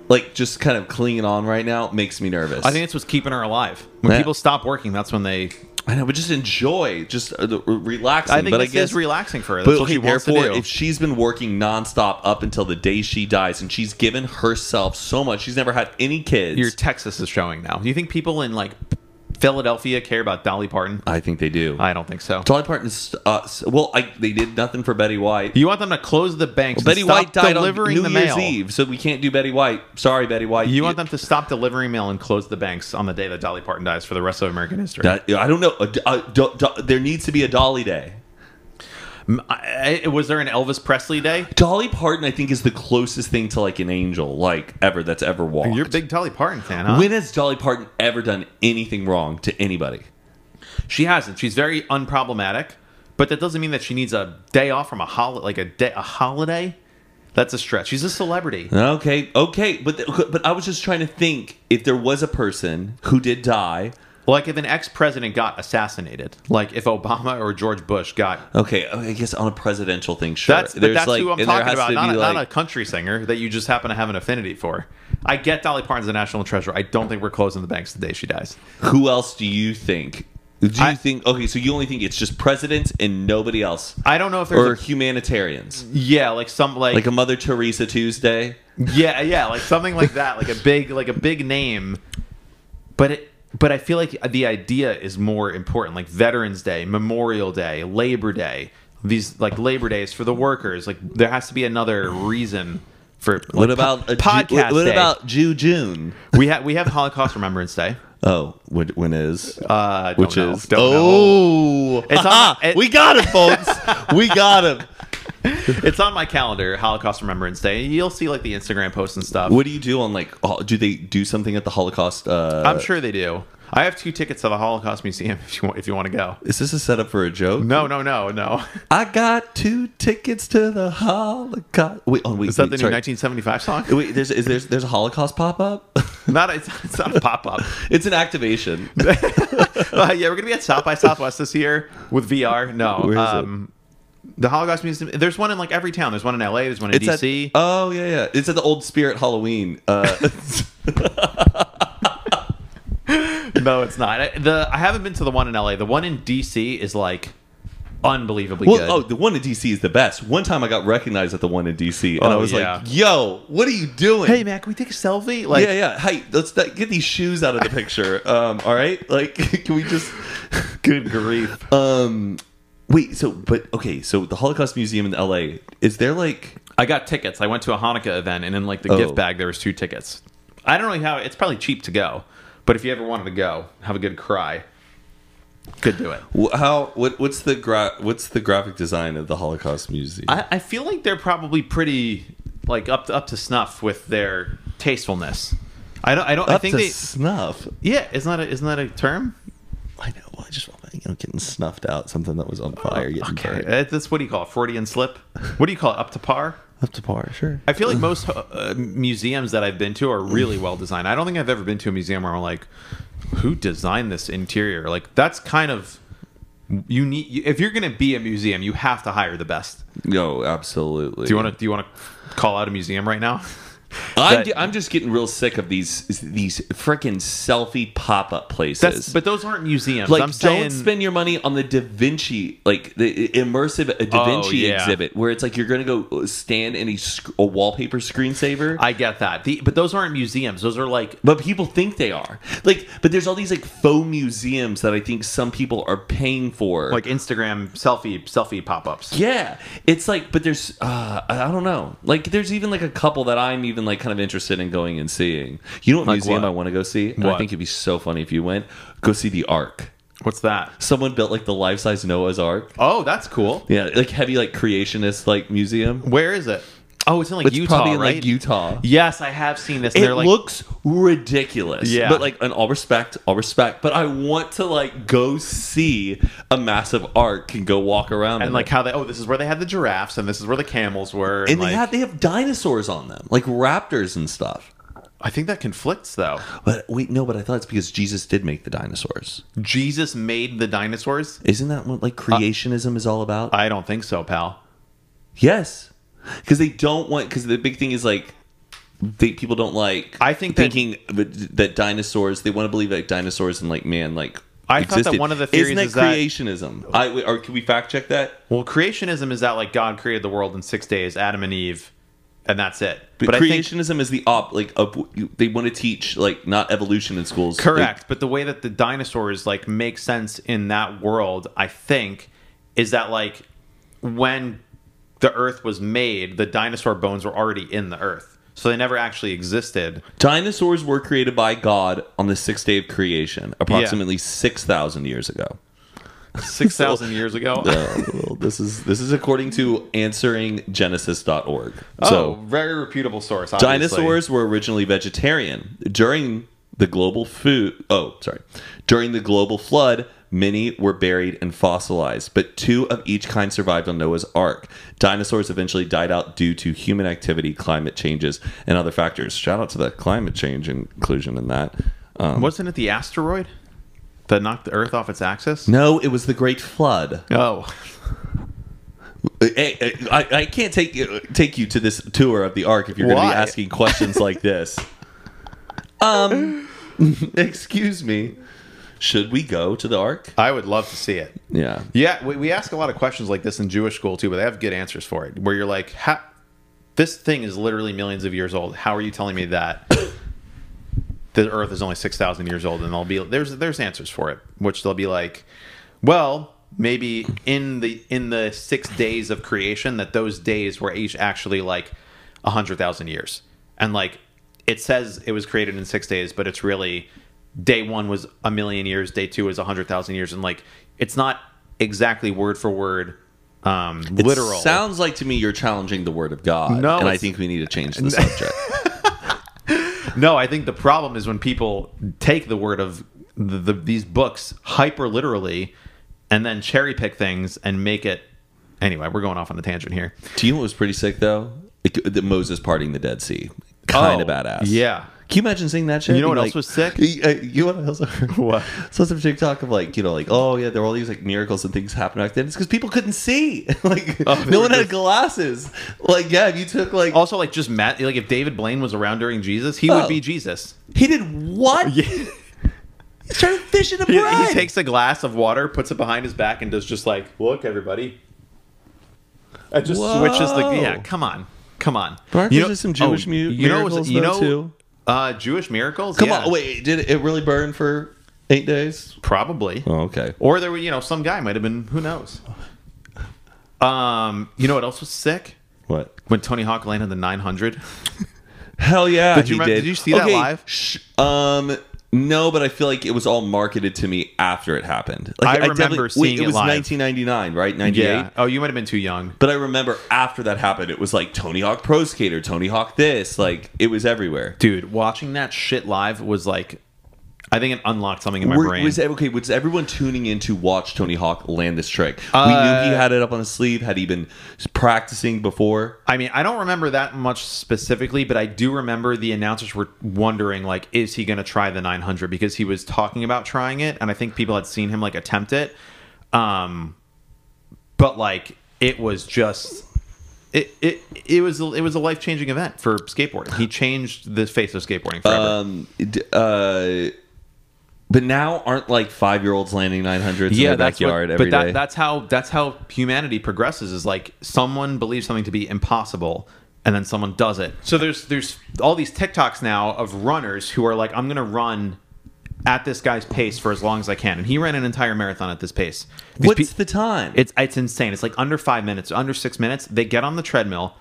S1: like just kind of clinging on right now, makes me nervous.
S2: I think it's what's keeping her alive. When
S1: Yeah.
S2: people stop working, that's when they.
S1: I know, but just enjoy, just uh, the- relaxing.
S2: I think
S1: but
S2: this
S1: I guess
S2: is relaxing for her. That's
S1: But
S2: what she
S1: okay,
S2: wants to
S1: therefore,
S2: do.
S1: if she's been working nonstop up until the day she dies, and she's given herself so much, she's never had any kids.
S2: Your Texas is showing now. Do you think people in like Philadelphia care about Dolly Parton?
S1: I think they do.
S2: I don't think so.
S1: Dolly Parton's uh, s- well, I, they did nothing for Betty White.
S2: You want them to close the banks. and
S1: Betty
S2: stop
S1: White died on New
S2: delivering
S1: Year's
S2: the mail.
S1: Eve, so we can't do Betty White. Sorry, Betty White.
S2: You want them to stop delivering mail and close the banks on the day that Dolly Parton dies for the rest of American history.
S1: That- I don't know. Uh, d- uh, do- do- there needs to be a Dolly Day.
S2: I- I- was there an Elvis Presley day?
S1: Dolly Parton, I think, is the closest thing to like an angel, like ever that's ever walked.
S2: You're a big Dolly Parton fan, huh?
S1: when has Dolly Parton ever done anything wrong to anybody?
S2: she hasn't. She's very unproblematic, but that doesn't mean that she needs a day off from a holiday, like a day, a holiday. That's a stretch. She's a celebrity.
S1: Okay, okay, but th- but I was just trying to think if there was a person who did die.
S2: Like if an ex president got assassinated, like if Obama or George Bush got.
S1: Okay, I guess on a presidential thing, sure.
S2: That's but
S1: There's,
S2: that's who I'm
S1: and there
S2: talking
S1: has
S2: about,
S1: to
S2: not
S1: be,
S2: a,
S1: like-
S2: not a country singer that you just happen to have an affinity for. I get Dolly Parton's a national treasure. I don't think we're closing the banks the day she dies.
S1: Who else do you think? Do you
S2: I-
S1: think? Okay, so you only think it's just presidents and nobody else,
S2: I don't know if
S1: or
S2: there's a,
S1: humanitarians,
S2: yeah, like some like,
S1: like a Mother Teresa Tuesday.
S2: yeah, yeah, like something like that, like a big like a big name. But it but I feel like the idea is more important, like Veterans Day, Memorial Day, Labor Day. These like Labor Days for the workers. Like there has to be another reason for like,
S1: What about
S2: po-
S1: a Ju-
S2: podcast?
S1: what
S2: day.
S1: about Jew June?
S2: we have we have Holocaust Remembrance Day,
S1: Oh, when, when is?
S2: uh, don't
S1: which
S2: know,
S1: is
S2: don't know.
S1: oh,
S2: It's on- it-
S1: we got him, folks. we got him.
S2: It's on my calendar, Holocaust Remembrance Day. You'll see like the Instagram posts and stuff.
S1: What do you do on like? hol- Do they do something at the Holocaust? Uh,
S2: I'm sure they do. I have two tickets to the Holocaust Museum if you want, if you want to go.
S1: is this a setup for a joke?
S2: No, no, no, no.
S1: I got two tickets to the Holocaust. Wait, oh, wait,
S2: Is that the
S1: wait, sorry.
S2: new 1975 song?
S1: Wait, there's is there's there's a Holocaust pop up.
S2: Not it's, it's not a pop up.
S1: it's an activation.
S2: Uh, yeah, we're gonna be at South by Southwest this year with VR. No,
S1: Where is it?
S2: um, the Holocaust Museum. There's one in like every town. There's one in LA. There's one in
S1: It's
S2: DC.
S1: at, oh yeah yeah. It's at the Old Spirit Halloween. Uh,
S2: no, it's not. I, the I haven't been to the one in LA. The one in DC is like unbelievably
S1: well,
S2: good.
S1: oh the one in DC is the best. One time I got recognized at the one in DC, and
S2: Oh,
S1: I was
S2: yeah.
S1: like, "Yo, what are you doing?"
S2: hey man, can we take a selfie? Like,
S1: yeah, yeah. Hey, let's not- get these shoes out of the picture. Um, all right, like, can we just?
S2: good grief.
S1: Um, wait. So, but okay. So the Holocaust Museum in L.A. Is there like?
S2: I got tickets. I went to a Hanukkah event, and in like the
S1: Oh.
S2: gift bag there was two tickets. I don't know how. It's probably cheap to go, but if you ever wanted to go, have a good cry. Could do it.
S1: wh- How what what's the gra- what's the graphic design of the Holocaust Museum?
S2: I, I feel like they're probably pretty like up to, up to snuff with their tastefulness. I don't. I don't. I
S1: Up
S2: think
S1: to
S2: they.
S1: snuff.
S2: yeah, isn't that a, isn't that a term?
S1: I know. Well, I just want you know getting snuffed out something that was on fire, getting burned.
S2: Uh, That's what do you call it? Freudian slip. What do you call it? Up to par.
S1: up to par. Sure.
S2: I feel like most uh, museums that I've been to are really well designed. I don't think I've ever been to a museum where I'm like, who designed this interior? Like that's kind of you need if you're going to be a museum, you have to hire the best.
S1: No, absolutely.
S2: Do you want to do you want to call out a museum right now?
S1: I'm,
S2: that-
S1: ju- I'm just getting real sick of these these freaking selfie pop up
S2: That's,
S1: places.
S2: but those aren't museums.
S1: like,
S2: I'm
S1: don't
S2: saying
S1: spend your money on the Da Vinci, like the immersive Da
S2: Oh,
S1: Vinci
S2: yeah.
S1: exhibit, where it's like you're gonna go uh, stand in a, sc- a wallpaper screensaver.
S2: I get that. The, but those aren't museums. Those are like
S1: But people think they are. Like, but there's all these like faux museums that I think some people are paying for.
S2: like Instagram selfie selfie pop-ups.
S1: yeah, it's like, but there's, uh, I I don't know. Like, there's even like a couple that I'm even like kind of interested in going and seeing. You know what museum
S2: what?
S1: I want to go see? And I
S2: What?
S1: think it'd be so funny if you went go see the Ark.
S2: What's that?
S1: Someone built like the life size Noah's Ark.
S2: Oh, that's cool.
S1: Yeah, like heavy like creationist like museum.
S2: Where is it? Oh, it's in like
S1: It's
S2: Utah,
S1: probably in,
S2: right?
S1: like Utah.
S2: Yes, I have seen this. And
S1: it
S2: they're like
S1: looks ridiculous.
S2: Yeah.
S1: But like in all respect, all respect. But I want to like go see a massive arc and go walk around. in
S2: and like
S1: it.
S2: how they oh this is where they had the giraffes and this is where the camels were and,
S1: and
S2: like
S1: they have they have dinosaurs on them, like raptors and stuff.
S2: I think that conflicts though.
S1: But wait, no, but I thought it's because Jesus did make the dinosaurs.
S2: Jesus made the dinosaurs?
S1: Isn't that what like creationism is all about?
S2: I don't think so, pal.
S1: yes, because they don't want. Because the big thing is like. They, people don't like.
S2: I think that-
S1: thinking that, that dinosaurs. They want to believe like dinosaurs and like man like.
S2: I thought that
S1: existed.
S2: one of the theories
S1: isn't that
S2: is that-
S1: creationism. I or can we fact check that?
S2: Well, creationism is that like God created the world in six days, Adam and Eve, and that's it.
S1: But,
S2: I think
S1: creationism is the op like up, they want to teach like not evolution in schools.
S2: Correct, but the way that the dinosaurs like make sense in that world, I think, is that like when the Earth was made, the dinosaur bones were already in the Earth, so they never actually existed.
S1: Like, dinosaurs were created by God on the sixth day of creation, approximately six thousand years ago.
S2: Six thousand years ago.
S1: Uh, well, this is this is according to answeringgenesis.org.
S2: oh,
S1: So
S2: very reputable source. Obviously.
S1: dinosaurs were originally vegetarian during the global food. Oh, sorry, during the global flood. Many were buried and fossilized, but two of each kind survived on Noah's Ark. Dinosaurs eventually died out due to human activity, climate changes, and other factors. Shout out to the climate change inclusion in that. Um,
S2: Wasn't it the asteroid that knocked the Earth off its axis?
S1: no, it was the Great Flood.
S2: Oh,
S1: Hey, hey, I, I can't take you- take you to this tour of the Ark if you're going to
S2: Why?
S1: be asking questions like this. Um, excuse me. Should we go to the Ark?
S2: I would love to see it.
S1: Yeah.
S2: Yeah, we, we ask a lot of questions like this in Jewish school too, but they have good answers for it. Where you're like, how, this thing is literally millions of years old. How are you telling me that the Earth is only six thousand years old? And they'll be there's there's answers for it, which they'll be like, well, maybe in the in the six days of creation, that those days were each actually like a hundred thousand years, and like it says it was created in six days, but it's really day one was a million years, day two is a hundred thousand years, and like it's not exactly word for word. Um, literal.
S1: Sounds like to me you're challenging the Word of God.
S2: No,
S1: And I
S2: it's-
S1: think we need to change the subject.
S2: No, I think the problem is when people take the word of the, the, these books hyper literally and then cherry pick things and make it. Anyway, we're going off on a tangent here.
S1: Do you know what was pretty sick, though? It, the Moses parting the Dead Sea. Kind of
S2: Oh,
S1: badass.
S2: Yeah.
S1: Can you imagine seeing that shit?
S2: You know
S1: Being
S2: what else
S1: like-
S2: was sick?
S1: Uh, You know what else? What? So some TikTok of like, you know, like, oh yeah, there were all these like miracles and things happening back then. It's because people couldn't see. like,
S2: they
S1: no
S2: were
S1: one had glasses. Like, yeah, if you took like,
S2: Oh, Also, like just Matt, like if David Blaine was around during Jesus, he
S1: Oh.
S2: would be Jesus.
S1: he did what? He started fishing a
S2: He,
S1: bread.
S2: he takes a glass of water, puts it behind his back, and does just like, look, everybody. And just
S1: Whoa.
S2: switches the. Yeah, come on. Come on. oh,
S1: Aren't there just some Jewish mu- miracles, though, too?
S2: Uh, Jewish miracles?
S1: Come
S2: Yeah.
S1: on, wait, did it really burn for eight days?
S2: Probably.
S1: Oh, okay.
S2: Or there were, you know, some guy might have been, who knows? Um, you know what else was sick?
S1: What?
S2: When Tony Hawk landed the 900.
S1: Hell yeah.
S2: Did you
S1: he
S2: remember- did you see that live?
S1: Sh- um, no, but I feel like it was all marketed to me after it happened. Like,
S2: I remember
S1: definitely-
S2: seeing
S1: It
S2: it
S1: was
S2: live.
S1: 1999, right? 98.
S2: Oh, you might have been too young.
S1: But I remember after that happened, it was like Tony Hawk Pro Skater, Tony Hawk this, like it was everywhere.
S2: Dude, watching that shit live was like, I think it unlocked something in my
S1: Were-
S2: brain.
S1: Was okay? Was everyone tuning in to watch Tony Hawk land this trick? we
S2: Uh,
S1: knew he had it up on his sleeve. Had he been practicing before?
S2: I mean, I don't remember that much specifically, but I do remember the announcers were wondering, like, is he going to try the 900? Because he was talking about trying it, and I think people had seen him like attempt it. Um, but like, it was just it it it was it was a life changing event for skateboarding. He changed the face of skateboarding forever.
S1: Um, d- uh, but now aren't like five year olds landing nine hundreds in their
S2: that's what-
S1: backyard every day?
S2: but that, that's how that's how humanity progresses. Is like someone believes something to be impossible, and then someone does it. So there's there's all these TikToks now of runners who are like, I'm gonna run at this guy's pace for as long as I can, and he ran an entire marathon at this pace. These
S1: What's
S2: pe-
S1: the time?
S2: it's it's insane. It's like under five minutes, under six minutes. They get on the treadmill.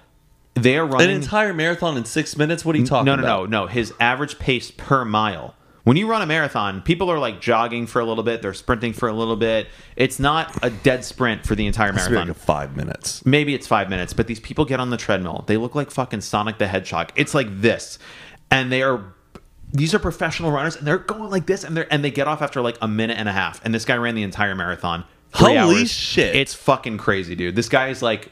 S2: They are
S1: an
S2: running
S1: entire marathon in six minutes. What are you talking?
S2: no, no,
S1: about?
S2: no, no. His average pace per mile. When you run a marathon, people are like jogging for a little bit, they're sprinting for a little bit. It's not a dead sprint for the entire
S1: It's
S2: marathon.
S1: been like five minutes.
S2: Maybe it's five minutes, but these people get on the treadmill. They look like fucking Sonic the Hedgehog. It's like this, and they are. These are professional runners, and they're going like this, and they are and they get off after like a minute and a half. And this guy ran the entire marathon. three
S1: Holy
S2: hours.
S1: shit.
S2: It's fucking crazy, dude. This guy is like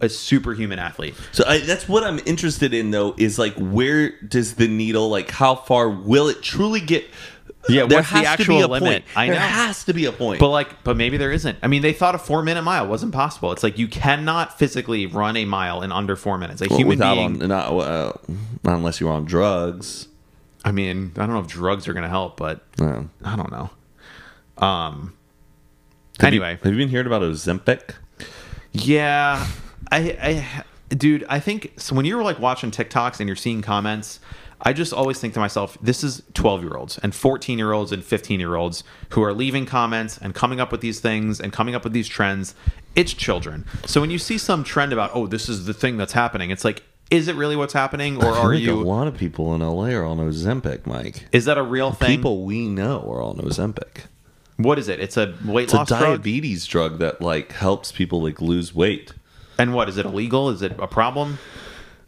S2: a superhuman athlete.
S1: So I, that's what I'm interested in, though, is like where does the needle, like how far will it truly get?
S2: Yeah,
S1: there
S2: what's the
S1: has to
S2: actual
S1: be a
S2: limit?
S1: point.
S2: I
S1: There
S2: know.
S1: has to be a point.
S2: But like, but maybe there isn't. I mean, they thought a four minute mile wasn't possible. It's like you cannot physically run a mile in under four minutes. A human
S1: without
S2: being.
S1: on, not, uh, not unless you're on drugs.
S2: I mean, I don't know if drugs are gonna help, but
S1: Yeah.
S2: I don't know. Um.
S1: Have you-
S2: Anyway,
S1: have you been hearing about Ozempic?
S2: Yeah, I, I, dude, I think so when you're like watching TikToks and you're seeing comments, I just always think to myself, this is 12 year olds and 14 year olds and 15 year olds who are leaving comments and coming up with these things and coming up with these trends. It's children. So when you see some trend about, oh, this is the thing that's happening, it's like, is it really what's happening, or
S1: I
S2: are
S1: think a
S2: you?
S1: lot of people in LA are on Ozempic, Mike.
S2: Is that a real thing?
S1: People we know are on Ozempic.
S2: what is it? It's a weight
S1: It's a
S2: loss drug.
S1: diabetes drug? that like helps people like lose weight.
S2: And what is it illegal? Is it a problem?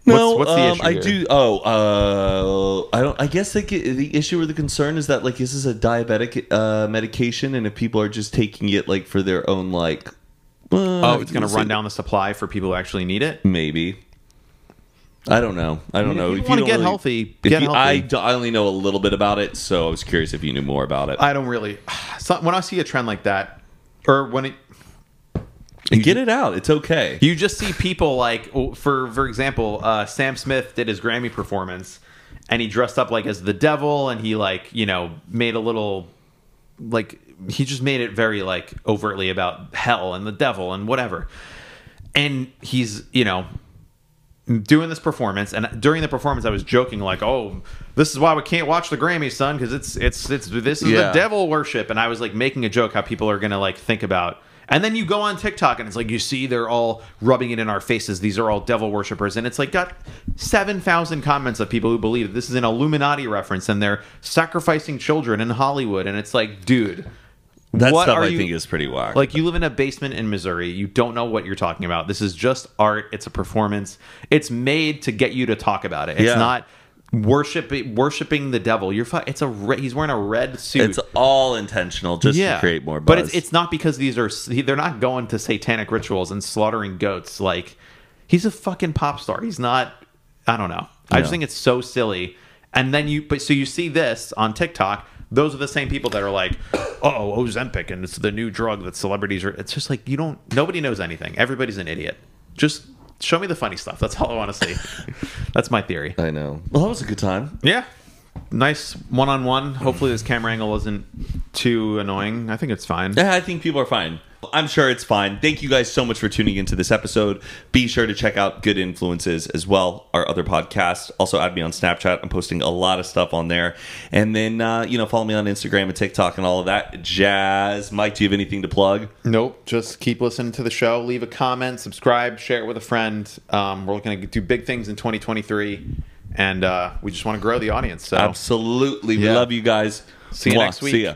S1: No,
S2: What's- what's the
S1: um,
S2: issue
S1: I
S2: here?
S1: do. Oh, uh, I don't. I guess like the issue or the concern is that like this is a diabetic uh, medication, and if people are just taking it like for their own like, uh,
S2: Oh, it's going to run down the supply for people who actually need it.
S1: Maybe. I don't know. I don't
S2: If
S1: know.
S2: you wanna
S1: don't
S2: get healthy,
S1: if
S2: get
S1: you-
S2: healthy.
S1: I, d- I only know a little bit about it, so I was curious if you knew more about it.
S2: I don't really. So when I see a trend like that, or when it,
S1: And get it out. It's okay.
S2: you just see people like, oh, for for example, uh, Sam Smith did his Grammy performance, and he dressed up like as the devil, and he like you know made a little like he just made it very like overtly about hell and the devil and whatever, and he's you know doing this performance and during the performance i was joking like oh this is why we can't watch the grammys son because it's it's it's this is the
S1: Yeah.
S2: devil worship and i was like making a joke how people are gonna like think about and then you go on tiktok and it's like you see they're all rubbing it in our faces these are all devil worshippers and it's like got 7000 comments of people who believe that this is an illuminati reference and they're sacrificing children in hollywood and it's like dude
S1: that
S2: what
S1: stuff
S2: are
S1: I
S2: you-
S1: think is pretty whack.
S2: like you live in a basement in Missouri. You don't know what you're talking about. This is just art. It's a performance. It's made to get you to talk about it. It's
S1: Yeah.
S2: not worship worshiping the devil. You're fu- it's a re- he's wearing a red suit.
S1: it's all intentional just to create more buzz.
S2: But it's, it's not because these are they're not going to satanic rituals and slaughtering goats. Like he's a fucking pop star. He's not. I don't know. I
S1: Yeah.
S2: just think it's so silly. And then you, but so you see this on TikTok. Those are the same people that are like, "Oh, Ozempic, and it's the new drug that celebrities are." It's just like you don't. Nobody knows anything. Everybody's an idiot. Just show me the funny stuff. That's all I want to see. That's my theory.
S1: I know. Well, that was a good time.
S2: Yeah. Nice one on one. Hopefully, this camera angle isn't too annoying. I think it's fine.
S1: Yeah, I think people are fine. I'm sure it's fine. Thank you guys so much for tuning into this episode. Be sure to check out Good Influences as well, our other podcast. Also, add me on Snapchat. I'm posting a lot of stuff on there. And then, uh, you know, follow me on Instagram and TikTok and all of that. Jazz. Mike, do you have anything to plug?
S2: Nope. Just keep listening to the show. Leave a comment, subscribe, share it with a friend. Um, we're looking to do big things in 2023, and uh, we just want to grow the audience. So
S1: Absolutely. We
S2: Yeah.
S1: love you guys.
S2: See you
S1: Mwah.
S2: next week.
S1: See ya.